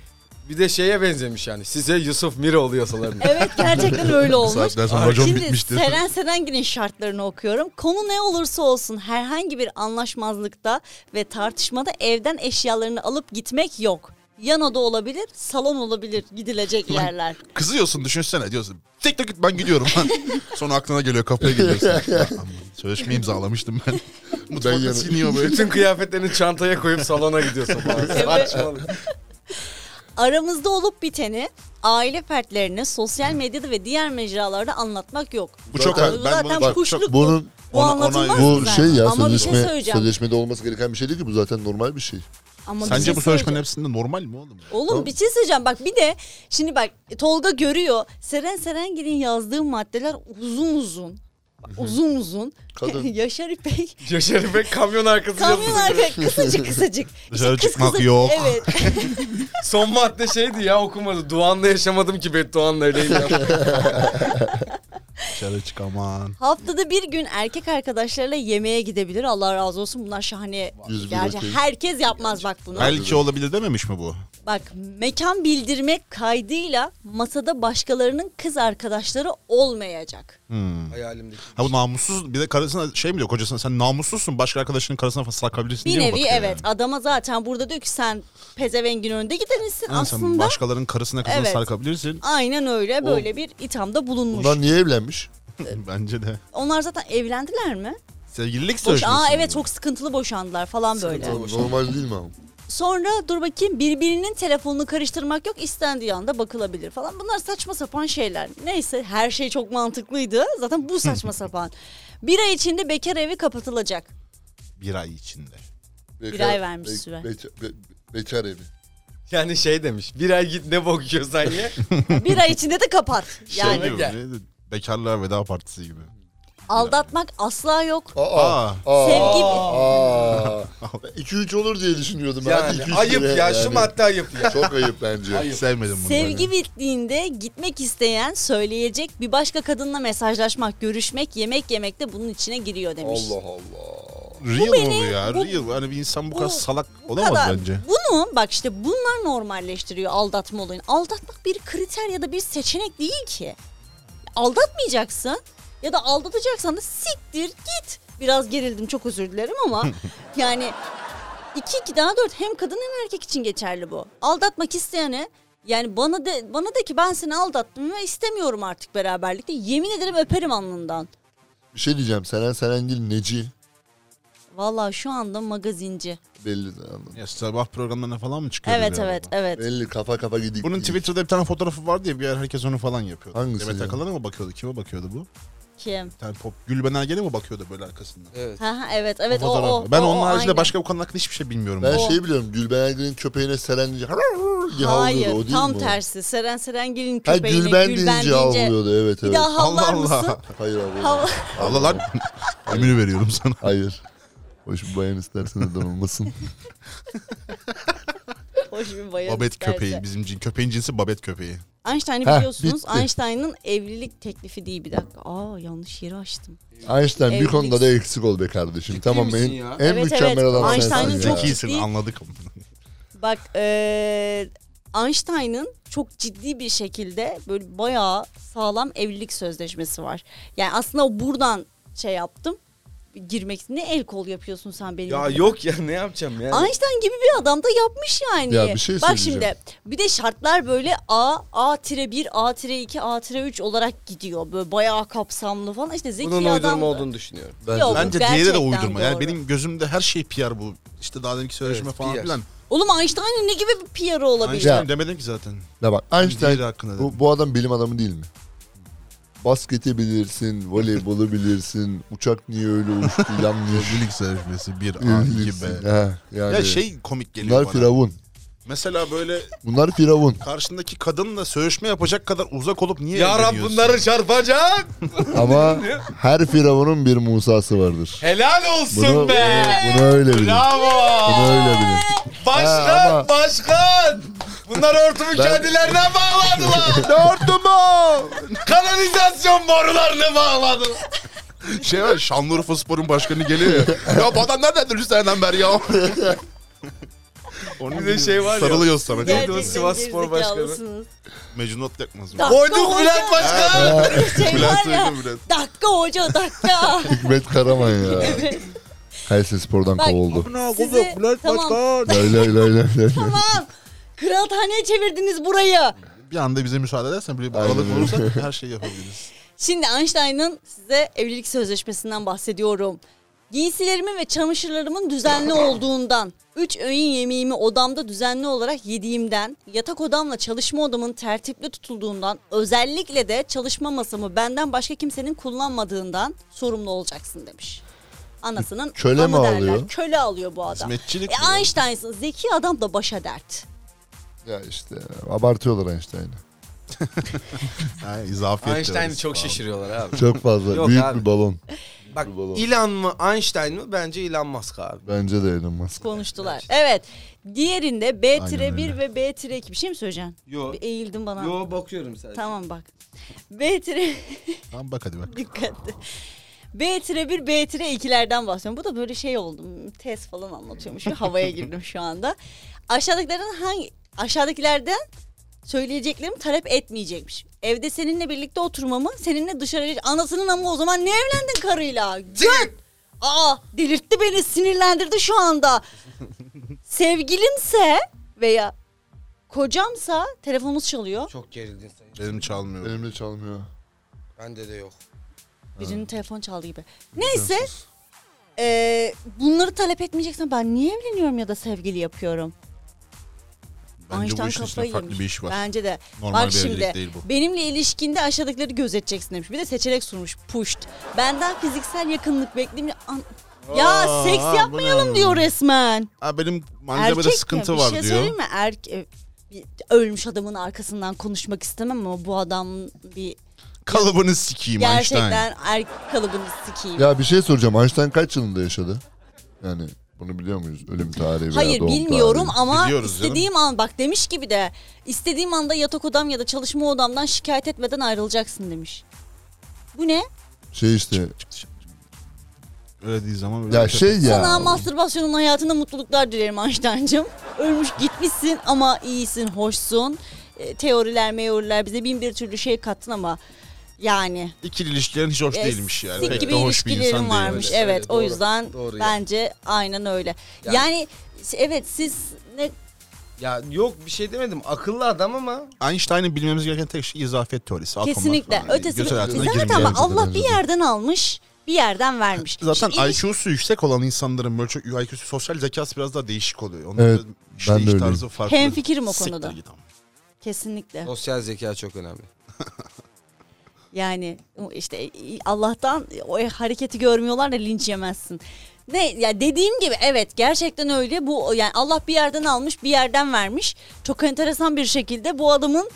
Bir de şeye benzemiş yani. Size Yusuf Miroğlu yasalarını.
Evet gerçekten öyle olmuş.
saatten sonra racon
Şimdi
bitmiştir.
Seren Serengil'in şartlarını okuyorum. Konu ne olursa olsun herhangi bir anlaşmazlıkta ve tartışmada evden eşyalarını alıp gitmek yok. Yan oda olabilir, salon olabilir gidilecek yerler.
Kızıyorsun düşünsene diyorsun. Tek tek git ben gidiyorum. Sonra aklına geliyor kapıya gidiyorsun. Ya, aman, Sözleşme imzalamıştım ben. Mutfakta
yine-
siniyor böyle.
Bütün kıyafetlerini çantaya koyup salona gidiyorsun falan. Saçmalık.
Aramızda olup biteni aile fertlerine sosyal medyada ve diğer mecralarda anlatmak yok.
Bu çok
Zaten-
ben
zaten
bunu çok,
kuşluk
çok
bu.
Bunun
Bu
ona-
anlatılmaz
ona-
mı
bu
zaten?
şey ya
Ama bir şey
sözleşme
söyleyeceğim.
sözleşmede olması gereken bir şey değil ki bu zaten normal bir şey.
Ama bir şey
Sence bu sözleşmenin
söyleyeceğim.
hepsinde normal mi oğlum?
Oğlum bir şey söyleyeceğim. Bak bir de şimdi bak Tolga görüyor. Seren Serengil'in yazdığı maddeler uzun uzun. Bak, Uzun uzun.
Kadın.
Yaşar İpek.
Yaşar İpek kamyon arkası
Kamyon
yazdı.
arka kısacık kısacık.
Dışarı
İşte kıs
çıkmak
kısa-
yok.
Evet.
Son madde şeydi ya okumadı. Duanla yaşamadım ki Bedduanla öyleyim ya.
Dışarı çık aman.
Haftada bir gün erkek arkadaşlarıyla yemeğe gidebilir. Allah razı olsun bunlar şahane.
Yüz bin
Gerçi
okey.
herkes yapmaz bak bunu.
Belki olabilir dememiş mi bu?
Bak mekan bildirmek kaydıyla masada başkalarının kız arkadaşları olmayacak.
Hayalimdeki.
Ha bu namussuz bir de karısına şey mi diyor kocasına sen namussuzsun başka arkadaşının karısına falan sakabilirsin
Bir
diye mi
nevi
bakıyor
evet
yani?
adama zaten burada diyor ki sen pezevengin önde gidenisin
Ha, sen
aslında.
başkalarının karısına kızına
Evet.
sarkabilirsin.
Aynen öyle böyle bir ithamda bulunmuş.
Bunlar niye evlenmiş?
Bence de.
Onlar zaten evlendiler mi?
Sevgililik
Boş,
sözleşmesi.
aa
mi?
evet çok sıkıntılı boşandılar falan böyle.
Normal değil mi abi?
Sonra dur bakayım birbirinin telefonunu karıştırmak yok istendiği anda bakılabilir falan. Bunlar saçma sapan şeyler. Neyse her şey çok mantıklıydı. Zaten bu saçma sapan. Bir ay içinde bekar evi kapatılacak.
Bir ay içinde.
Bekar-
ay vermiş
be-
süre.
beça- be- bekar evi.
Yani şey demiş. Bir ay git ne bok yiyorsan ye.
Bir ay içinde de kapat. Yani
şey gibi.
gel.
neydi? Bekarlığa veda partisi gibi.
aldatmak asla yok.
Aa. Aa.
Sevgi
Aa. 2-3 olur diye düşünüyordum. ben. Hadi
Yani
iki, üç
ayıp
liraya
ya. Şu
yani.
madde ayıp ya.
Çok ayıp bence.
Sevmedim bunu.
Sevgi bittiğinde gitmek isteyen, söyleyecek bir başka kadınla mesajlaşmak, görüşmek, yemek yemek de bunun içine giriyor demiş.
Allah Allah.
Real
beni-
bu ya.
bu-
Real. Hani bir insan bu kadar
bu-
salak
Bu
olamaz
kadar.
bence.
Bunu bak işte bunlar normalleştiriyor aldatma olayını. Aldatmak bir kriter ya da bir seçenek değil ki. Aldatmayacaksın ya da aldatacaksan da siktir git. Biraz gerildim çok özür dilerim ama yani 2 2 daha 4 hem kadın hem erkek için geçerli bu. Aldatmak isteyene yani bana de bana de ki ben seni aldattım ve istemiyorum artık beraberlikte. Yemin ederim öperim alnından.
Bir şey diyeceğim. Seren Serengil neci
Vallahi şu anda magazinci.
belli anladım.
Ya sabah programlarına falan mı çıkıyor?
Evet
böyle
evet
arada?
evet.
Belli kafa kafa gidik.
Bunun
gidik.
Twitter'da bir tane fotoğrafı vardı ya bir yer herkes onu falan yapıyordu.
Hangisi
Demet
ya?
Akalın'a mı bakıyordu? Kime bakıyordu bu?
Kim?
Bir tane pop. Gülben Ergen'e mi bakıyordu böyle arkasından?
Evet.
Ha ha evet evet o,
Fotoğraf.
o.
ben
o,
onun
o,
haricinde
aynen.
başka bu konu hakkında hiçbir şey bilmiyorum.
Ben
Ben.
şey biliyorum. Gülben Ergen'in köpeğine Seren diye
Hayır
havlıyordu. O değil
tam
mi o?
tersi. Seren Serengil'in
Ha
köpeğine
Gülben, deyince havlıyordu. Evet
Bir
evet.
daha havlar
Allah Allah.
mısın?
Hayır abi.
Havla...
Allah lan. Emir veriyorum sana.
Hayır. Hoş bir bayan istersen neden olmasın.
Hoş bir bayan.
Babet
isterse.
köpeği. Bizim cin. Köpeğin cinsi babet köpeği.
Einstein'ı
Heh,
biliyorsunuz.
bitti.
Einstein'ın evlilik teklifi değil bir dakika. Aa yanlış yeri açtım.
Einstein bir
Evlilik.
konuda da eksik ol be kardeşim. tamam mı?
misin
En,
ya?
en
Evet,
mükemmel
evet.
adam
Einstein'ın
sensin
çok-
ya.
Zekisin
ciddi.
anladık.
Bak eee Einstein'ın çok ciddi bir şekilde böyle bayağı sağlam evlilik sözleşmesi var. Yani aslında buradan şey yaptım. Girmek ne el kol yapıyorsun sen benim
Ya
gibi?
yok ya ne yapacağım yani.
Einstein gibi bir adam da yapmış yani.
Ya bir şey
Bak
söyleyeceğim.
şimdi bir de şartlar böyle A, A-1, A-2, A-3 olarak gidiyor. Böyle bayağı kapsamlı falan. İşte zeki
Bunun
adam.
uydurma olduğunu düşünüyorum.
Bence
Yok.
Bence
Gerçekten
diğeri de uydurma.
doğru.
Yani benim gözümde her şey PR bu. İşte daha deminki söyleşme
Evet,
falan
PR.
filan.
Oğlum Einstein'ın ne gibi bir PR'ı olabilir?
Einstein
Ya.
demedim ki zaten.
Ya bak Einstein
Diğeri hakkında
bu,
dedim.
bu adam bilim adamı değil mi? Basketi bilirsin, voleybolu bilirsin, uçak niye öyle uçtu, yanlış.
Evlilik sözleşmesi 1
bilirsin. Ha, yani.
Ya şey komik geliyor
bunlar
bana.
firavun.
Mesela böyle
Bunlar firavun.
karşındaki kadınla söğüşme yapacak kadar uzak olup niye
Ya Rab
evleniyorsun?
bunları çarpacak.
Ama her firavunun bir Musa'sı vardır.
Helal olsun
Bunu,
be.
bunu, bunu öyle bilin.
Bravo.
Bunu öyle bilin.
Başkan,
Ha, ama-
başkan. Bunlar hortumu kendilerine bağladılar. hortumu. Kanalizasyon borularını bağladılar.
Şey var Şanlıurfa Spor'un başkanı geliyor ya. ya bu adam nereden dönüş seneden beri ya? Onun
Bir de şey var ya.
Sarılıyor sana.
Gerçekten.
Neydi
Neydi o
o?
Sivas Spor Başkanı?
gerizekalısınız.
Mecnunat yakmaz mı?
Dakika
Koyduk
hoca.
Bülent Başkan.
Şey var
Bülent
ya.
Uygun Bülent.
Dakika hoca dakika.
Hikmet Karaman ya.
Evet.
Kayseri Spor'dan
Bak-
kovuldu.
Sizi tamam
Lay lay lay lay lay.
tamam. Kıraathaneye çevirdiniz burayı.
Bir anda bize müsaade edersen böyle bir
Aynen
aralık
öyle.
olursa her şeyi yapabiliriz.
Şimdi Einstein'ın size evlilik sözleşmesinden bahsediyorum. Giysilerimin ve çamaşırlarımın düzenli olduğundan, üç öğün yemeğimi odamda düzenli olarak yediğimden, yatak odamla çalışma odamın tertipli tutulduğundan, özellikle de çalışma masamı benden başka kimsenin kullanmadığından sorumlu olacaksın demiş. Anasının
Köle
amı
mi
derler.
alıyor?
Köle alıyor bu adam.
Hizmetçilik mi
E
ya?
Einstein'sın zeki adam da başa dert.
Ya işte abartıyorlar Einstein'ı.
Ha, izafiyet
Einstein'ı
teorisi
çok
falan.
şaşırıyorlar abi.
Çok fazla.
Yok
Büyük
abi.
bir balon.
Bak
Bulalım.
Elon mı Einstein mi? Bence Elon Musk abi.
Bence de Elon Musk.
konuştular. Evet. Diğerinde B
Aynen
tire 1
öyle.
ve B tire 2. Bir şey mi söyleyeceksin?
Yo.
Bir eğildin bana.
Yo bakıyorum sadece.
Tamam bak. B tire
Tamam bak hadi bak.
dikkatli. B tire 1, B tire 2'lerden bahsediyorum. Bu da böyle şey oldu. Tez falan anlatıyormuş. Bir havaya girdim şu anda. Aşağıdakilerin hangi aşağıdakilerden söyleyeceklerim talep etmeyecekmiş. Evde seninle birlikte oturmamı, seninle dışarı anasının ama o zaman ne evlendin karıyla? Git! Aa delirtti beni sinirlendirdi şu anda. Sevgilimse veya kocamsa telefonumuz çalıyor.
Çok gerildin sen.
Benim çalmıyor.
Benimle çalmıyor.
Bende de yok.
Birinin telefon çaldı gibi. Neyse Ee, bunları talep etmeyeceksen ben niye evleniyorum ya da sevgili yapıyorum?
Bence bu
Einstein
işin içinde
kafayı
farklı
yemiş.
bir iş var.
Bence de.
Normal
Bak
bir evlilik
şimdi
değil bu.
benimle ilişkinde aşağıdakileri gözeteceksin demiş. Bir de seçenek sunmuş. Pushed. Benden fiziksel yakınlık beklemiyor. An- ya
Aa,
seks
bu ne
yapmayalım
ya?
diyor resmen.
Ha, benim
Erkek
malzemede
mi?
sıkıntı
Bir
var
şey
diyor.
söyleyeyim mi? Erk- e, bir ölmüş adamın arkasından konuşmak istemem ama bu adam bir
Kalıbını sikeyim Einstein.
gerçekten erkek kalıbını sikeyim.
Ya bir şey soracağım. Einstein kaç yılında yaşadı? Yani bunu biliyor muyuz? Ölüm tarihi veya
Hayır
doğum
bilmiyorum
tarihi.
ama
Biliyoruz canım.
istediğim an bak demiş gibi de istediğim anda yatak odam ya da çalışma odamdan şikayet etmeden ayrılacaksın demiş. Bu ne?
Şey işte.
Öyle değil zaman öyle.
Ya
bir
şey
Sana
ya.
mastürbasyonun hayatında mutluluklar dilerim Einstein'cığım. Ölmüş gitmişsin ama iyisin, hoşsun. E, teoriler, meoriler bize bin bir türlü şey kattın ama yani
İkili ilişkilerin hiç hoş
e,
değilmiş yani.
sik
Pek
gibi
de hoş bir
ilişkilerin
insan
varmış.
değil.
öyle.
evet, o
Doğru,
yüzden
doğru ya.
bence aynen öyle. Yani,
Yani-
evet siz ne
Ya yok bir şey demedim. Akıllı adam ama
Einstein'ın bilmemiz gereken tek şey izafiyet teorisi. atomlar
Kesinlikle.
falan.
Ötesi
Göz hayatına
zaten
girmeyelim.
ama
zaten
Allah şey- bir
bence de.
yerden almış, bir yerden vermiş.
Zaten
Şimdi iliş-
IQ'su yüksek olan insanların böyle çok IQ'su sosyal zekası biraz daha değişik oluyor. Onun
Evet,
da
ben de
işleyiş
öyleyim.
tarzı farklı.
Hemfikirim o
Siktir
konuda.
git ama.
kesinlikle.
sosyal zeka çok önemli.
Yani o işte Allah'tan o e, hareketi görmüyorlar da linç yemezsin. Ne ya dediğim gibi evet gerçekten öyle. Bu yani Allah bir yerden almış, bir yerden vermiş. Çok enteresan bir şekilde bu adamın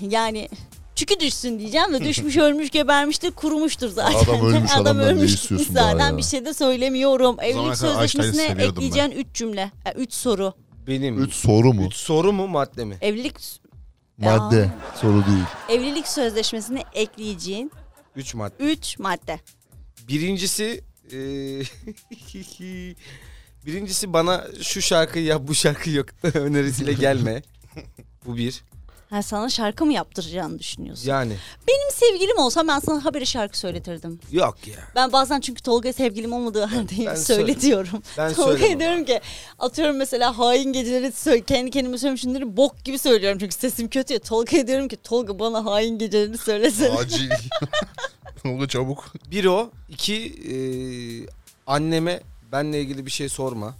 yani çükü düşsün diyeceğim de düşmüş ölmüş gebermiştir kurumuştur zaten.
Adam ölmüş, adamdan ne
ölmüş,
istiyorsun
gitmiş zaten
daha ya?
bir şey de söylemiyorum.
kadar
Evlilik
Einstein'ı
sözleşmesine
seviyordum ben.
ekleyeceğin 3 cümle, 3 soru.
Benim.
3 soru mu?
Üç soru mu madde mi?
Evlilik
Madde. Soru değil.
evlilik sözleşmesine ekleyeceğin
Üç madde.
3 madde.
Birincisi eee, birincisi bana şu şarkıyı yap bu şarkıyı yok önerisiyle gelme. Bu bir.
Ha, sana şarkı mı yaptıracağını düşünüyorsun?
Yani
Benim sevgilim olsa ben sana haberi şarkı söyletirdim.
yok ya.
Ben bazen çünkü Tolga'ya sevgilim olmadığı halde
ben
söyletiyorum.
Ben
Tolga'ya
söylemem.
diyorum ki atıyorum mesela hain geceleri sö- kendi kendime söylemişimleri bok gibi söylüyorum çünkü sesim kötü ya. Tolga'ya diyorum ki Tolga bana hain geceleri söylesene.
Acil. Oldu çabuk.
Bir o. iki eee, anneme benle ilgili bir şey sorma.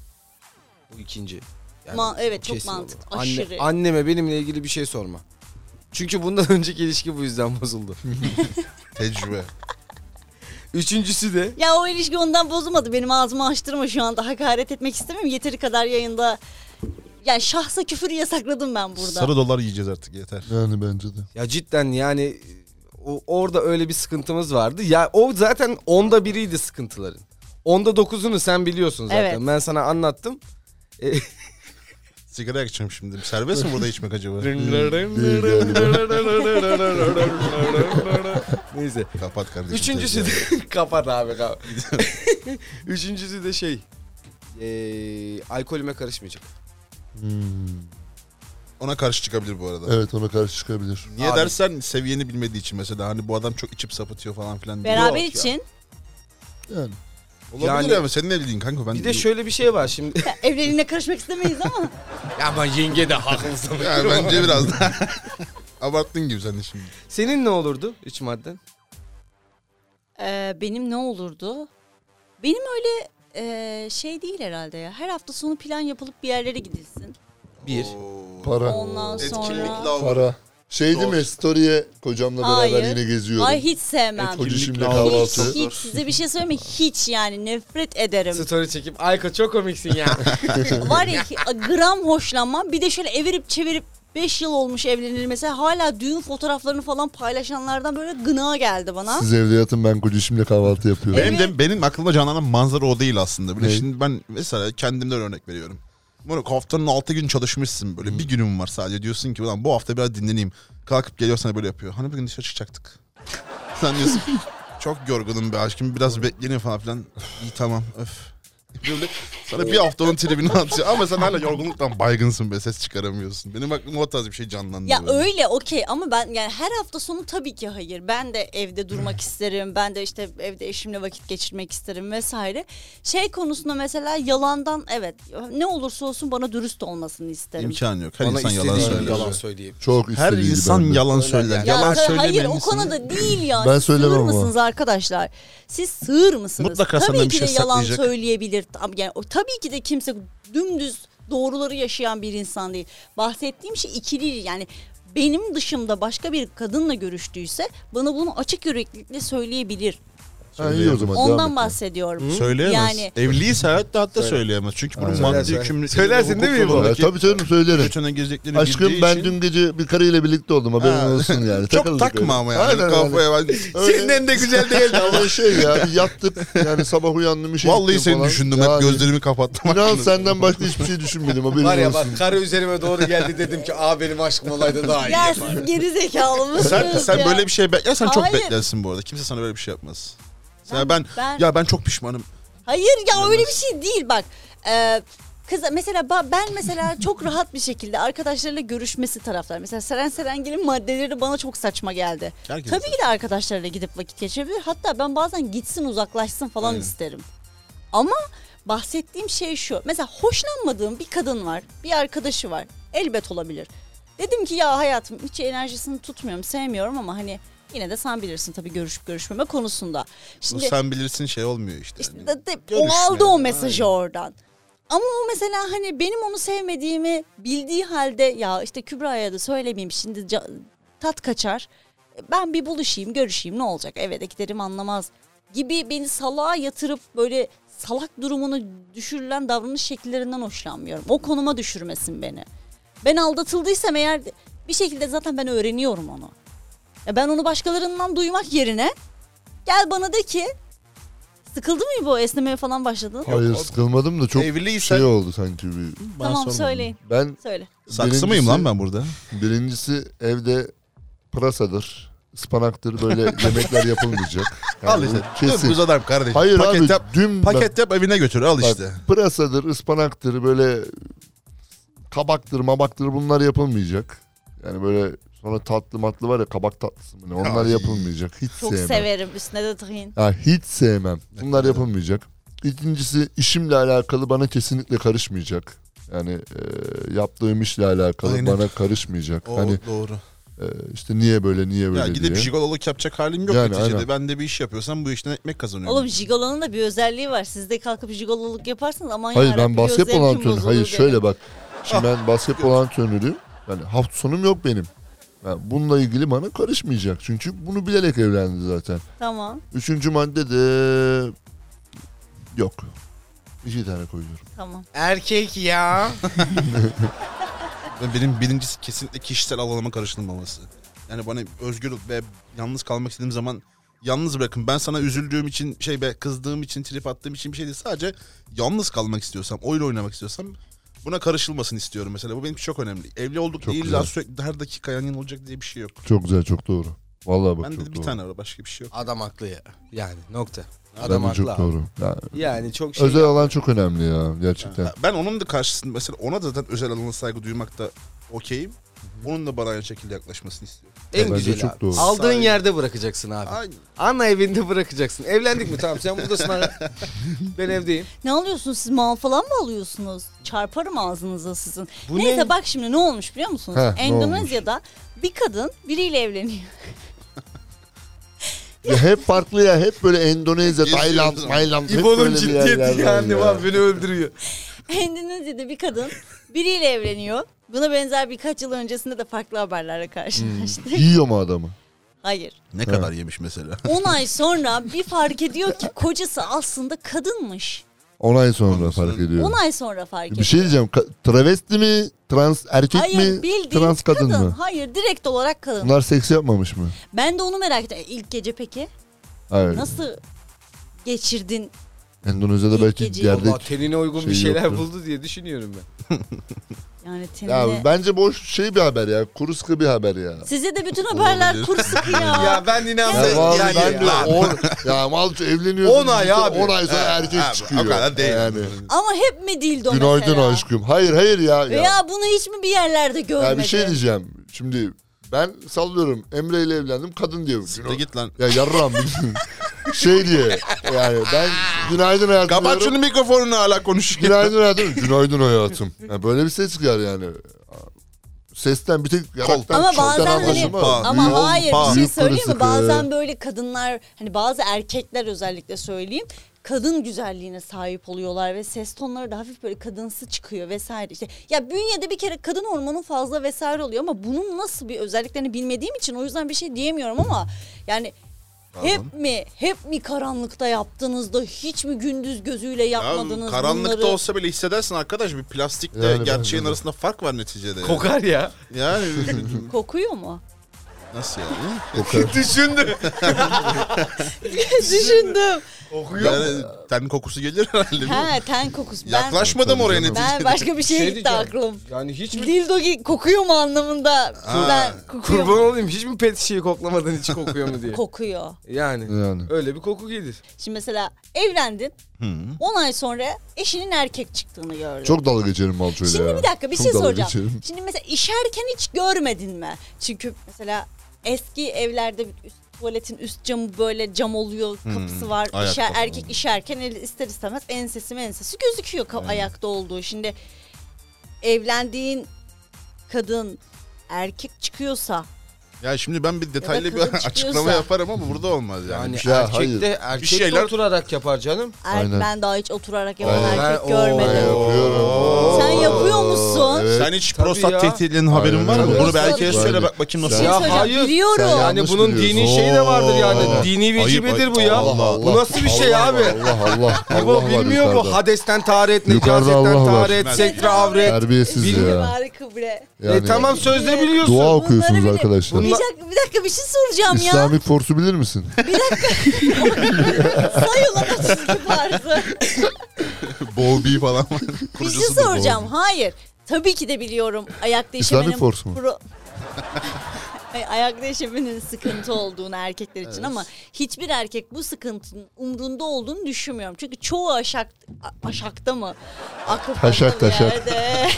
Bu ikinci.
Ma- evet, çok
kesin
mantıklı,
olur. Anne-
aşırı.
anneme benimle ilgili bir şey sorma. Çünkü bundan önceki ilişki bu yüzden bozuldu.
Tecrübe.
Üçüncüsü de
ya o ilişki ondan bozulmadı. Benim ağzımı açtırma şu anda. Hakaret etmek istemiyorum. Yeteri kadar yayında. Ya şahsa küfür yasakladım ben burada.
Sarı dolar yiyeceğiz artık yeter.
Yani bence de.
Ya cidden yani o, orada öyle bir sıkıntımız vardı. Ya o zaten onda biriydi sıkıntıların. Onda dokuzunu sen biliyorsun zaten.
Evet.
Ben sana anlattım.
Sigara yakacağım şimdi. Serbest mi burada içmek acaba?
Neyse.
Kapat kardeşim.
Üçüncüsü de kapat abi kapat. Üçüncüsü de şey. Eee alkolüme karışmayacak.
Ona karşı çıkabilir bu arada.
Evet ona karşı çıkabilir.
Niye
Abi.
dersen seviyeni bilmediği için mesela hani bu adam çok içip sapıtıyor falan filan. diye.
Beraber
Yok ya.
için.
Yani.
Olabilir
Yani-
ama senin ne bildiğin kanka ben.
Bir de şöyle bir şey var şimdi.
Ya Evliliğine karışmak istemeyiz ama.
ya ama yenge de haklısın.
Ya bence biraz daha. Abarttın gibi sen de şimdi.
Senin ne olurdu üç madden?
Ee, benim ne olurdu? Benim öyle e, şey değil herhalde ya. Her hafta sonu plan yapılıp bir yerlere gidilsin.
Bir.
Para.
Ondan sonra...
lavabo.
Para. Şey değil mi?
Doğru.
Story'e kocamla beraber
Hayır.
yine geziyorum.
Ay hiç sevmem.
Hoca şimdi
Kimlikle
Hiç,
kahvaltı.
alıyorsun.
hiç size bir şey söyleyeyim mi? Hiç yani nefret ederim.
Story çekip Ayko çok komiksin ya.
Var ya ki, gram hoşlanmam. Bir de şöyle evirip çevirip 5 yıl olmuş evlenilmesi. Hala düğün fotoğraflarını falan paylaşanlardan böyle gına geldi bana.
Siz evde yatın ben kocişimle kahvaltı yapıyorum.
Benim de benim aklıma canlanan manzara o değil aslında. Böyle
Ne?
şimdi ben mesela kendimden örnek veriyorum. Bunu haftanın 6 gün çalışmışsın böyle bir günüm var sadece diyorsun ki ulan bu hafta biraz dinleneyim. Kalkıp geliyor sana böyle yapıyor. Hani bir gün dışarı çıkacaktık. Sen diyorsun çok yorgunum be aşkım biraz bekleyin falan filan. İyi tamam öf. Böyle sana bir hafta onun tribini atıyor ama sen hala yorgunluktan baygınsın be ses çıkaramıyorsun. Benim aklıma o tarz bir şey canlandı.
Ya
böyle.
öyle okey ama ben yani her hafta sonu tabii ki hayır. Ben de evde durmak isterim. Ben de işte evde eşimle vakit geçirmek isterim vesaire. Şey konusunda mesela yalandan evet ne olursa olsun bana dürüst olmasını isterim.
İmkanı yok. Her
Bana
insan yalan
istediği gibi
söyler.
yalan söyleyeyim.
Çok
Her
istediği gibi
insan
hem de.
yalan söyler.
Ya
Yalan
tabii hayır o
söylememişsin.
konuda değil ya.
Ben
Siz
söylemem
sığır
ama.
mısınız arkadaşlar? Siz sığır mısınız?
Mutlaka
tabii
senden bir
ki
şey
de yalan
saklayacak.
söyleyebilir. Tam- Yani, o- tabii ki de kimse dümdüz doğruları yaşayan bir insan değil. Bahsettiğim şey ikili yani benim dışımda başka bir kadınla görüştüyse bana bunu açık yüreklilikle söyleyebilir.
Ha, iyi o zaman. devam et.
Ondan bahsediyorum.
Söyleyemez.
Yani-
Evliyiz hayatta hatta söyleyemez. Çünkü bunun maddi
Söylerse-
yükümlülükleri...
Söylersin değil mi bu?
Ya, tabii canım söylerim.
Götüne gireceklerini
Aşkım
hani bildiği
ben
için-
dün gece bir karıyla birlikte oldum haberin
Ha.
olsun yani.
Çok
Takıldık
takma
öyle.
ama yani. hani
Aynen,
Kafaya ben...
Öyle.
de güzel değil.
Ama şey ya bir yattık yani sabah uyandım bir şey
Vallahi
ettim
seni
falan.
düşündüm.
Yani,
Hep gözlerimi kapattım.
İnan senden başka hiçbir şey düşünmedim haberin
Var ya bak
olsun.
karı üzerime doğru geldi dedim ki aa benim aşkım olaydı daha iyi.
Ya siz geri zekalı mısınız
Sen, sen
ya?
böyle bir şey beklersen çok
Hayır.
beklersin bu arada. Kimse sana böyle bir şey yapmaz. Sen ben,
ben-
ya ben çok pişmanım.
Hayır ya öyle bir şey değil bak. Ee, kız mesela ba- ben mesela çok rahat bir şekilde arkadaşlarıyla görüşmesi taraftar. Mesela Seren Serengil'in maddeleri bana çok saçma geldi.
Herkes
Tabii ki de arkadaşlarıyla gidip vakit geçirebilir. Hatta ben bazen gitsin uzaklaşsın falan isterim. Ama bahsettiğim şey şu. Mesela hoşlanmadığım bir kadın var. Bir arkadaşı var. Elbet olabilir. Dedim ki ya hayatım hiç enerjisini tutmuyorum, sevmiyorum ama hani yine de sen bilirsin tabii görüşüp görüşmeme konusunda.
Bu
Şimdi
sen bilirsin şey olmuyor işte.
işte
Hani
de- de- o
görüşme.
aldı o mesajı oradan. Ama o mesela hani benim onu sevmediğimi bildiği halde ya işte Kübra'ya da söylemeyeyim şimdi ca- tat kaçar. Ben bir buluşayım, görüşeyim ne olacak? Eve de giderim anlamaz gibi beni salağa yatırıp böyle salak durumunu düşürülen davranış şekillerinden hoşlanmıyorum. O konuma düşürmesin beni. Ben aldatıldıysam eğer bir şekilde zaten ben öğreniyorum onu. Ya ben onu başkalarından duymak yerine gel bana de ki Sıkıldı mı bu esnemeye falan başladın?
Hayır sıkılmadım da çok
Evliysen-
şey oldu sanki bir.
bana
tamam
sorma.
söyleyin.
Ben
Söyle.
Saksı mıyım
birincisi-
lan ben burada?
Birincisi evde pırasadır, ıspanaktır böyle yemekler yapılmayacak. Yani
Al
bu
işte.
Kesin.
Dümdüz adam kardeşim.
Hayır
paket
abi
yap,
dün bak,
paket yap evine götür al
bak,
işte.
pırasadır, ıspanaktır böyle kabaktır, mabaktır bunlar yapılmayacak. Yani böyle sonra tatlı matlı var ya kabak tatlısı mı ne onlar
Ay.
yapılmayacak. Hiç
Çok
sevmem.
severim. Üstüne de tahin.
Ya hiç sevmem. Bunlar yapılmayacak. İkincisi işimle alakalı bana kesinlikle karışmayacak. Yani e, yaptığım işle alakalı
Aynen.
bana karışmayacak.
O
Hani
doğru.
e, işte niye böyle niye böyle
Ya
diye.
gidip jigololuk yapacak halim yok
Yani
neticede.
aynen.
Ben de bir iş yapıyorsam bu işten ekmek kazanıyorum.
Oğlum jigolonun da bir özelliği var. Siz de kalkıp jigololuk yaparsanız aman
Hayır
yarabbim,
ben basketbol
gözlerim
antrenörü.
bozulur
Hayır
dedi.
şöyle bak. Şimdi ben basketbol antrenörüyüm. Yani hafta sonum yok benim. Yani bununla ilgili bana karışmayacak. Çünkü bunu bilerek evlendi zaten.
Tamam
Üçüncü madde de yok. İki tane koyuyorum.
tamam.
Erkek ya.
Ve Benim birincisi kesinlikle kişisel alanıma karışılmaması. Yani bana özgür ve yalnız kalmak istediğim zaman yalnız bırakın. Ben sana üzüldüğüm için şey be kızdığım için trip attığım için bir şey değil. Sadece yalnız kalmak istiyorsam, oyun oynamak istiyorsam buna karışılmasın istiyorum mesela. Bu benim için çok önemli. Evli olduk
Çok
değil
güzel.
illa sürekli her dakika yan yana olacak diye bir şey yok.
Çok güzel çok doğru. Vallahi bak
ben
çok
de bir
doğru.
tane var başka bir şey yok.
Adam haklı ya. Yani nokta. Adam
Adam
haklı.
çok
abi.
doğru. Yani
Yani çok şey.
özel alan çok önemli ya gerçekten.
Ha, Ben onun da karşısında mesela ona da zaten özel alana saygı duymakta okeyim. Onun da bana aynı şekilde yaklaşmasını istiyorum.
En
Bence
güzel
çok
abi.
doğru.
Aldığın
Sahi.
yerde bırakacaksın abi.
Aynen.
Ana evinde bırakacaksın. Evlendik mi tamam sen buradasın hala. Ben evdeyim.
Ne alıyorsunuz siz mal falan mı alıyorsunuz? Çarparım ağzınıza sizin.
Bu
Neyse
ne?
bak şimdi ne olmuş biliyor musunuz?
Heh, ne
Endonezya'da bir kadın biriyle evleniyor.
Ya hep farklı ya hep böyle Endonezya, Tayland, Tayland. hep böyle
İbo'nun
bir
ciddiyeti
yerlerden
yani
ya.
var beni öldürüyor.
Endonezya'da bir kadın biriyle evleniyor. Buna benzer birkaç yıl öncesinde de farklı haberlerle karşılaştık.
Yiyor mu adamı?
Hayır.
Ne kadar yemiş mesela.
10 ay sonra bir fark ediyor ki kocası aslında kadınmış.
10 ay sonra fark ediyorum.
10 ay sonra fark ettim.
Bir şey diyeceğim. ka- Travesti mi? Trans erkek
Hayır
mi?
bildiğin
Trans kadın, mı?
Hayır direkt olarak kadın.
Bunlar seks yapmamış mı?
Ben de onu merak ettim. E, İlk gece peki
Hayır.
nasıl geçirdin?
Endonezya'da belki
Geceyi.
gerdek.
Allah tenine uygun bir
şey
şeyler
yoktu.
buldu diye düşünüyorum ben.
Yani
Ya
tenine...
bence boş şey bir haber ya. Kuru sıkı bir haber ya.
Size de bütün haberler kuru sıkı ya.
ya ben inanmıyorum.
Ya vallahi
yani,
ben de
ya.
on, ya Malço evleniyorsun.
On ay
işte,
abi.
on ay sonra erkek
abi,
çıkıyor.
o kadar değil.
Yani.
Ama hep mi dildo
Günaydın
mesela?
aşkım. Hayır hayır ya.
Veya
Ya,
bunu hiç mi bir yerlerde görmedin?
ya bir şey diyeceğim. Şimdi ben sallıyorum. Emre ile evlendim. Kadın diyor.
De git lan.
Ya yarram. şey diye. Yani ben günaydın hayatım
Kapat
diyorum.
şunun mikrofonunu hala konuş.
Günaydın hayatım. Günaydın hayatım. Ya böyle bir ses çıkar yani. Sesten bir tek yaraktan
Ama
çoktan
bazen hani-
anlaşılmaz.
Ama
Büyük-
hayır bir şey
büyük e,
söyleyeyim mi?
karısı-
Bazen böyle kadınlar hani bazı erkekler özellikle söyleyeyim kadın güzelliğine sahip oluyorlar ve ses tonları da hafif böyle kadınsı çıkıyor vesaire işte. Ya bünyede bir kere kadın hormonu fazla vesaire oluyor ama bunun nasıl bir özelliklerini bilmediğim için o yüzden bir şey diyemiyorum ama yani hep mi hep mi karanlıkta yaptınız da hiç mi gündüz gözüyle yapmadınız
Ya, karanlıkta
bunları?
olsa bile hissedersin arkadaş bir plastikle
Yani ben-
gerçeğin
ben-
arasında fark var neticede. ya.
Kokar ya.
Yani
Kokuyor mu?
nasıl yani?
Düşündü.
Düşündüm.
yani ten kokusu gelir herhalde.
He ten kokusu. Ben-
Yaklaşmadım oraya
Tabii
neticede.
Ben başka bir şey,
Şey
gitti
diyeceğim.
aklım.
Yani hiç mi
Dildo ki- kokuyor mu anlamında? ben kokuyor.
kurban
mu?
olayım hiç mi pet şişeyi koklamadan hiç kokuyor mu diye.
Kokuyor.
Yani
Yani.
öyle bir koku gelir.
Şimdi mesela evlendin. 10 ay sonra eşinin erkek çıktığını gördün.
Çok dalga geçerim Malço'yla
Şimdi
ya.
bir dakika bir
Çok
şey
dalga
soracağım.
geçerim.
Şimdi mesela işerken hiç görmedin mi? Çünkü mesela eski evlerde üst- tuvaletin üst camı böyle cam oluyor,
Hmm,
kapısı var.
ayakta
İşer,
falan.
erkek işerken el ister istemez ensesi mensesi gözüküyor ka- ayakta olduğu. Şimdi evlendiğin kadın erkek çıkıyorsa
Ya şimdi ben bir detaylı bir
kadın çıkıyorsa.
açıklama yaparım ama burada olmaz yani.
Yani
Bir şey-
Ya hayır.
erkekte erkek
Bir şeyler-
oturarak yapar canım.
Er,
Aynen.
ben daha hiç oturarak yapan
Aynen.
erkek
Ben-
Ben
görmedim.
Oo.
yapıyorum.
Sen yapıyor musun?
Evet.
Sen hiç
Tabii
prostat
ya.
tehditlerinin haberin
Aynen
var mı?
öyle.
Bunu bir erkeğe
Prostat-
söyle bak bakayım nasıl.
Bir şey
Ya
söyleyeceğim.
hayır.
Biliyorum.
Sen
Yani
Yanlış
Hani bunun
biliyorsun.
dini şeyi de vardır
Oo.
yani. Dini vecibedir bu ya.
Allah Allah.
Bu nasıl bir şey
Allah
abi?
Allah Allah. Allah
Bu
var
bilmiyor bu.
yukarıda.
Hadesten taharet,
Yukarıda
necasetten
Allah var.
taharet, sekre avret.
Terbiyesiz
Bilmiyorum.
ya.
Bari kıbre.
Yani
E tamam sözde biliyorsun.
Dua okuyorsunuz
Bunları bile-
arkadaşlar.
Bir dakika, bir dakika bir şey soracağım ya.
İslamik forsu bilir misin?
Say ulan o çizgi farzı.
Bobby falan var.
bir şey soracağım. Hayır. Tabii ki de biliyorum ayak değişiminin...
İslamic Force mu?
pro- Ay, ayak değişiminin sıkıntı olduğunu erkekler için ama hiçbir erkek bu sıkıntının umrunda olduğunu düşünmüyorum. Çünkü çoğu aşak, a- aşakta mı? Akropotta
Taşak,
bir
taşak.
yerde.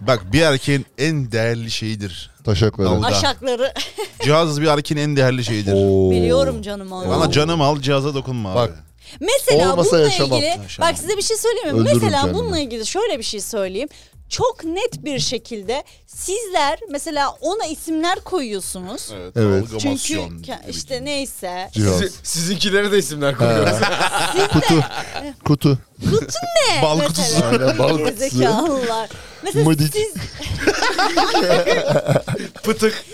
Bak bir erkeğin en değerli şeyidir.
Taşakları.
Al.
Aşakları.
Cihaz bir erkeğin en değerli şeyidir.
Oo.
Biliyorum canım onu.
Bana canım al cihaza dokunma
Bak.
abi.
Mesela
Olmasa
bununla
yaşamam.
ilgili
Yaşamam.
bak size bir şey söyleyeyim mi?
Öldürürüm
Mesela
kendimi.
bununla ilgili şöyle bir şey söyleyeyim. Çok net bir şekilde sizler mesela ona isimler koyuyorsunuz.
Evet.
Evet.
Çünkü
algamasyon
ke-
gibi.
işte neyse.
Cihaz.
Sizi- sizinkilere de isimler koyuyoruz.
Kutu. Kutu.
Bal
Mesela,
kutusu.
Aynen, bal kutusu.
Zekalılar. Mesela
Mıdik.
siz
Pıtık.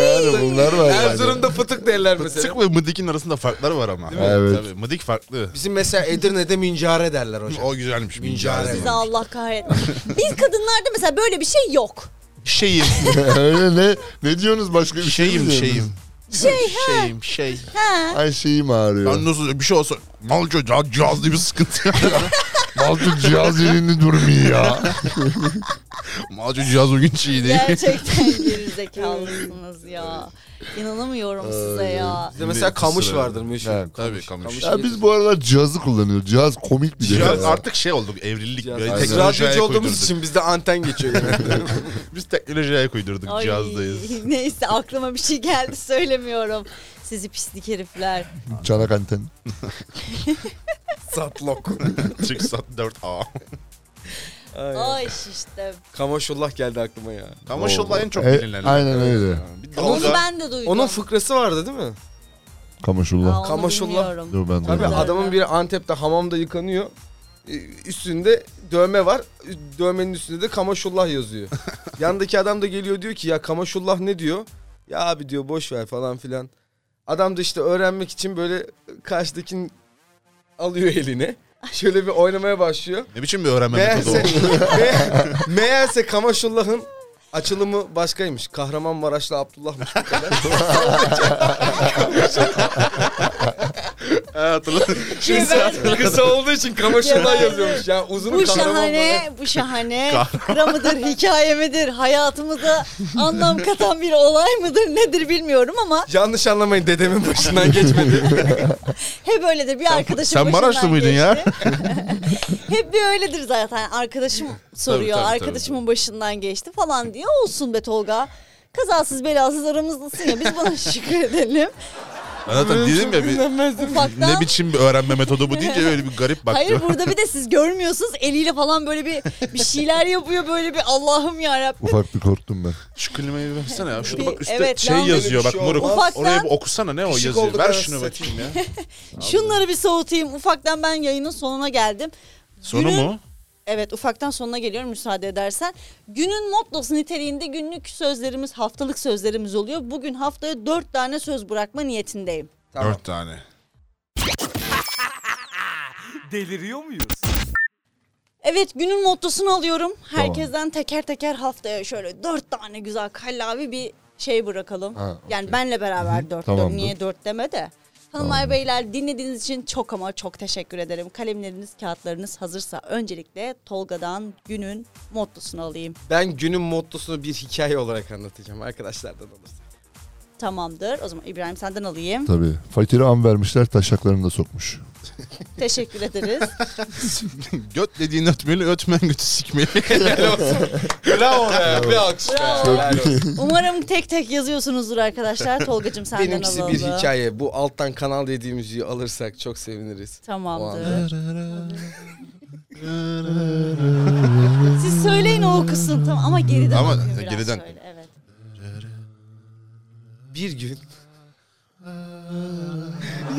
Yani bunlar var yani.
Erzurum'da pıtık derler mesela.
Sık ve mıdikin arasında farklar var ama.
mi? Evet.
Tabii mıdik farklı.
Bizim mesela Edirne'de mincare derler hocam.
O güzelmiş.
Mincare.
Mincare.
size Allah kahretmesin. Biz kadınlarda mesela böyle bir şey yok.
Şeyim.
Öyle ne? Ne diyorsunuz başka bir şey mi
şeyim
diyorsunuz?
şeyim. Şey Şeyim şey.
Ay şeyim ağrıyor.
Ben nasıl bir şey olsa malca cihaz, cihaz diye bir sıkıntı.
Altın cihaz elinde durmuyor ya.
malca cihaz o gün şey değil.
Gerçekten gerizekalısınız ya. İnanamıyorum size ya.
Bizde mesela kamış vardır meşhur.
Evet,
Tabii kamış.
ya biz bu aralar cihazı kullanıyoruz. Cihaz komik bir
Cihaz
cihaz.
artık şey olduk evrildik.
Cihaz-
Böyle
Biz
teknolojiye
radyocu
ayak
olduğumuz
uydurduk.
için bizde anten geçiyor. yani.
Biz teknolojiye ayak uydurduk
Ay,
cihazdayız.
Neyse aklıma bir şey geldi söylemiyorum. Sizi pislik herifler.
Çanak anten.
Satlok.
Çıksat 4A.
Ay işte.
Kamaşullah geldi aklıma ya.
Kamaşolla en çok
E,
bilinenler.
aynen öyle.
Bir
Onu
dalga.
ben de duydum.
Onun fıkrası vardı değil mi?
Aa,
Kamaşullah.
onu
Kamaşullah.
bilmiyorum.
Dur ben de.
Abi
öyle.
adamın biri Antep'te hamamda yıkanıyor. Ee, Üstünde dövme var. Dövmenin üstünde de Kamaşullah yazıyor. Yandaki adam da geliyor diyor ki ya Kamaşullah ne diyor? Ya abi diyor boş ver falan filan. Adam da işte öğrenmek için böyle karşıdakini alıyor eline. şöyle bir oynamaya başlıyor.
Ne biçim bir öğrenme metodu
Meğerse,
oldu?
me, meğerse Kamaşullah'ın açılımı başkaymış. Kahramanmaraşlı Abdullah'mış.
Ha, hatırladım.
Şimdi kısa olduğu için Kamaşullah yazıyormuş. Yani uzun
Bu şahane, bu şahane. Fıkra mıdır, hikaye midir, hayatımıza anlam katan bir olay mıdır nedir bilmiyorum ama
Yanlış anlamayın dedemin başından geçmedi.
hep öyledir. Bir arkadaşım
sen
başından
Maraşlı mıydın
geçti.
ya?
hep bir öyledir zaten. Arkadaşım soruyor,
tabii, tabii,
arkadaşımın başından geçti falan diye. Olsun be Tolga. Kazasız belasız aramızdasın ya biz buna şükredelim.
Ben zaten dedim ya bir,
Ufaktan
ne biçim bir öğrenme metodu bu deyince öyle bir garip baktı.
Hayır burada bir de siz görmüyorsunuz eliyle falan böyle bir bir şeyler yapıyor böyle bir Allah'ım ya Rabbim.
Ufak bir korktum ben.
Şu klimayı versene ya. Şurada
Bir-
bak üstte
evet,
şey
lan-
yazıyor bak
Şey
moruk.
olmaz. Ufaktan-
Oraya bir okusana ne o
Işık
yazıyor.
oldu
Ver
biraz
şunu
saçma.
bakayım ya.
Şunları bir soğutayım. Ufaktan ben yayının sonuna geldim.
Sonu
Günün-
mu?
Evet ufaktan sonuna geliyorum müsaade edersen. Günün mottosu niteliğinde günlük sözlerimiz, haftalık sözlerimiz oluyor. Bugün haftaya dört tane söz bırakma niyetindeyim.
Tamam.
Dört tane.
Deliriyor muyuz?
Evet günün mottosunu alıyorum. Herkesten teker teker haftaya şöyle dört tane güzel kallavi bir şey bırakalım.
Ha,
Yani benle beraber dört.
tamamdır.
dört. Niye dört deme de. Hanımlar beyler dinlediğiniz için çok ama çok teşekkür ederim. Kalemleriniz, kağıtlarınız hazırsa öncelikle Tolga'dan günün mottosunu alayım.
Ben günün mottosunu bir hikaye olarak anlatacağım arkadaşlardan olursa.
Tamamdır. O zaman İbrahim senden alayım.
Tabii. Fakire an vermişler taşaklarını da sokmuş.
teşekkür ederiz.
Göt dediğin ötmeli, ötmen götü sikmeli.
Bravo be. Bir alkış be.
Bravo.
Helal olsun.
Umarım tek tek yazıyorsunuzdur arkadaşlar. Tolgacığım senden
Benimkisi
alalım.
bir hikaye. Bu alttan kanal dediğim müziği alırsak çok seviniriz.
Tamamdır. Siz söyleyin o okusun tamam ama geriden
Ama
okuyun biraz
geriden.
şöyle, evet.
Bir gün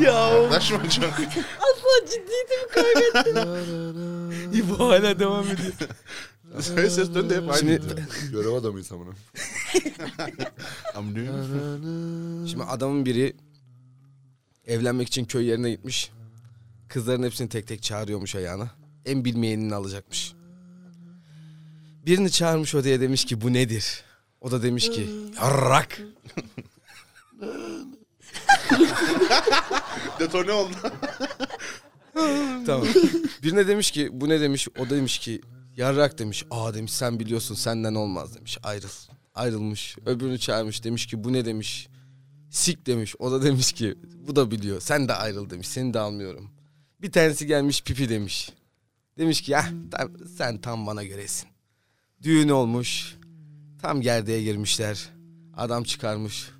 Yaklaşma çok.
Asla ciddiyetimi kaybettim.
bu hala devam ediyor.
Söyle ses döndü hep aynı.
Şimdi,
Görev adamıyız amına.
Amlüyüm.
şimdi adamın biri evlenmek için köy yerine gitmiş. Kızların hepsini tek tek çağırıyormuş ayağına. En bilmeyenini alacakmış. Birini çağırmış odaya demiş ki bu nedir? O da demiş ki yarrak.
Detone oldu.
Tamam. Birine demiş ki bu ne demiş? O demiş ki yarrak demiş. Aa demiş sen biliyorsun senden olmaz demiş. Ayrıl. Ayrılmış. Öbürünü çağırmış demiş ki bu ne demiş? Sik demiş. O da demiş ki bu da biliyor. Sen de ayrıl demiş. Seni de almıyorum. Bir tanesi gelmiş pipi demiş. Demiş ki ya sen tam bana göresin. Düğün olmuş. Tam gerdeğe girmişler. Adam çıkarmış.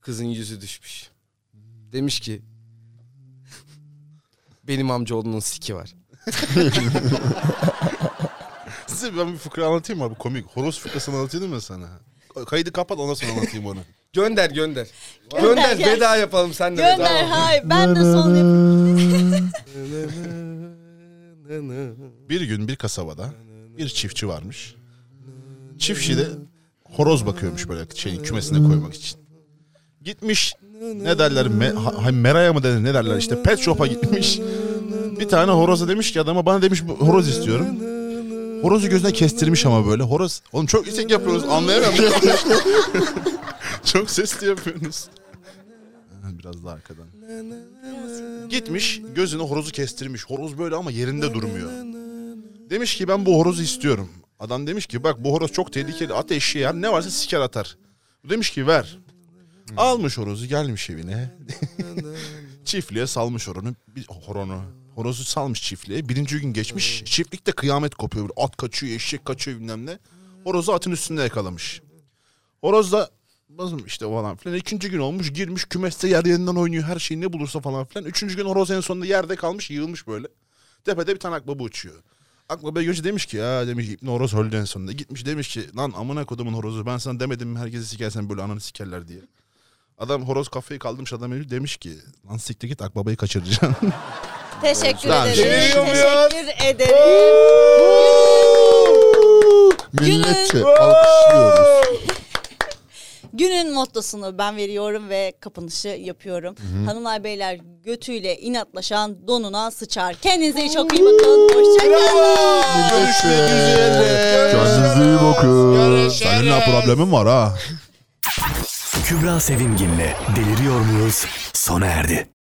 Kızın yüzü düşmüş. Demiş ki benim amcaoğlunun siki var.
Size ben bir fıkra anlatayım mı abi komik. Horoz fıkrasını anlatıyordum ya sana. Kaydı kapat ondan sonra anlatayım onu.
Gönder gönder.
Gönder,
Gönder,
gel.
veda yapalım sen de.
Gönder hayır ben de son yap-
Bir gün bir kasabada bir çiftçi varmış. Çiftçi de horoz bakıyormuş böyle şeyin kümesine koymak için. Gitmiş ne derler me- ha- ha- meraya mı denir ne derler işte pet shop'a gitmiş. Bir tane horoza demiş ki adama bana demiş "Bu horoz istiyorum. Horozu gözüne kestirmiş ama böyle. Horoz oğlum çok istek yapıyoruz anlayamam. çok sesli yapıyorsunuz. Biraz daha arkadan. Gitmiş gözüne horozu kestirmiş. Horoz böyle ama yerinde durmuyor. Demiş ki ben bu horozu istiyorum. Adam demiş ki bak bu horoz çok tehlikeli at eşeği yer ne varsa siker atar. Bu Demiş ki ver. Almış horozu gelmiş evine. çiftliğe salmış horonu. Bir, horonu. Horozu salmış çiftliğe. Birinci gün geçmiş. Çiftlikte kıyamet kopuyor. Böyle At kaçıyor, eşek kaçıyor bilmem ne. Horozu atın üstünde yakalamış. Horoz da bazım işte falan filan. İkinci gün olmuş girmiş kümeste yer yerinden oynuyor her şeyi ne bulursa falan filan. Üçüncü gün horoz en sonunda yerde kalmış yığılmış böyle. Tepede bir tane akbaba uçuyor. Akbaba görünce demiş ki ya demiş İbni Horoz öldü en sonunda. Gitmiş demiş ki lan amına kodumun horozu ben sana demedim mi herkesi sikersen böyle ananı sikerler diye. Adam horoz kafayı kaldırmış adam demiş- demiş ki lan siktir git akbabayı kaçıracaksın.
Teşekkür
Lan,
ederim.
geliyor mu ya?
Teşekkür ederim.
Milletçe alkışlıyoruz.
Günün mottosunu ben veriyorum ve kapanışı yapıyorum. Hanımlar beyler götüyle inatlaşan donuna sıçar. Kendinize çok iyi bakın. Hoşçakalın.
Görüşmek üzere. Kendinize iyi bakın.
Senin ne problemin var ha?
Kübra Sevimgin'le Deliriyor Muyuz sona erdi.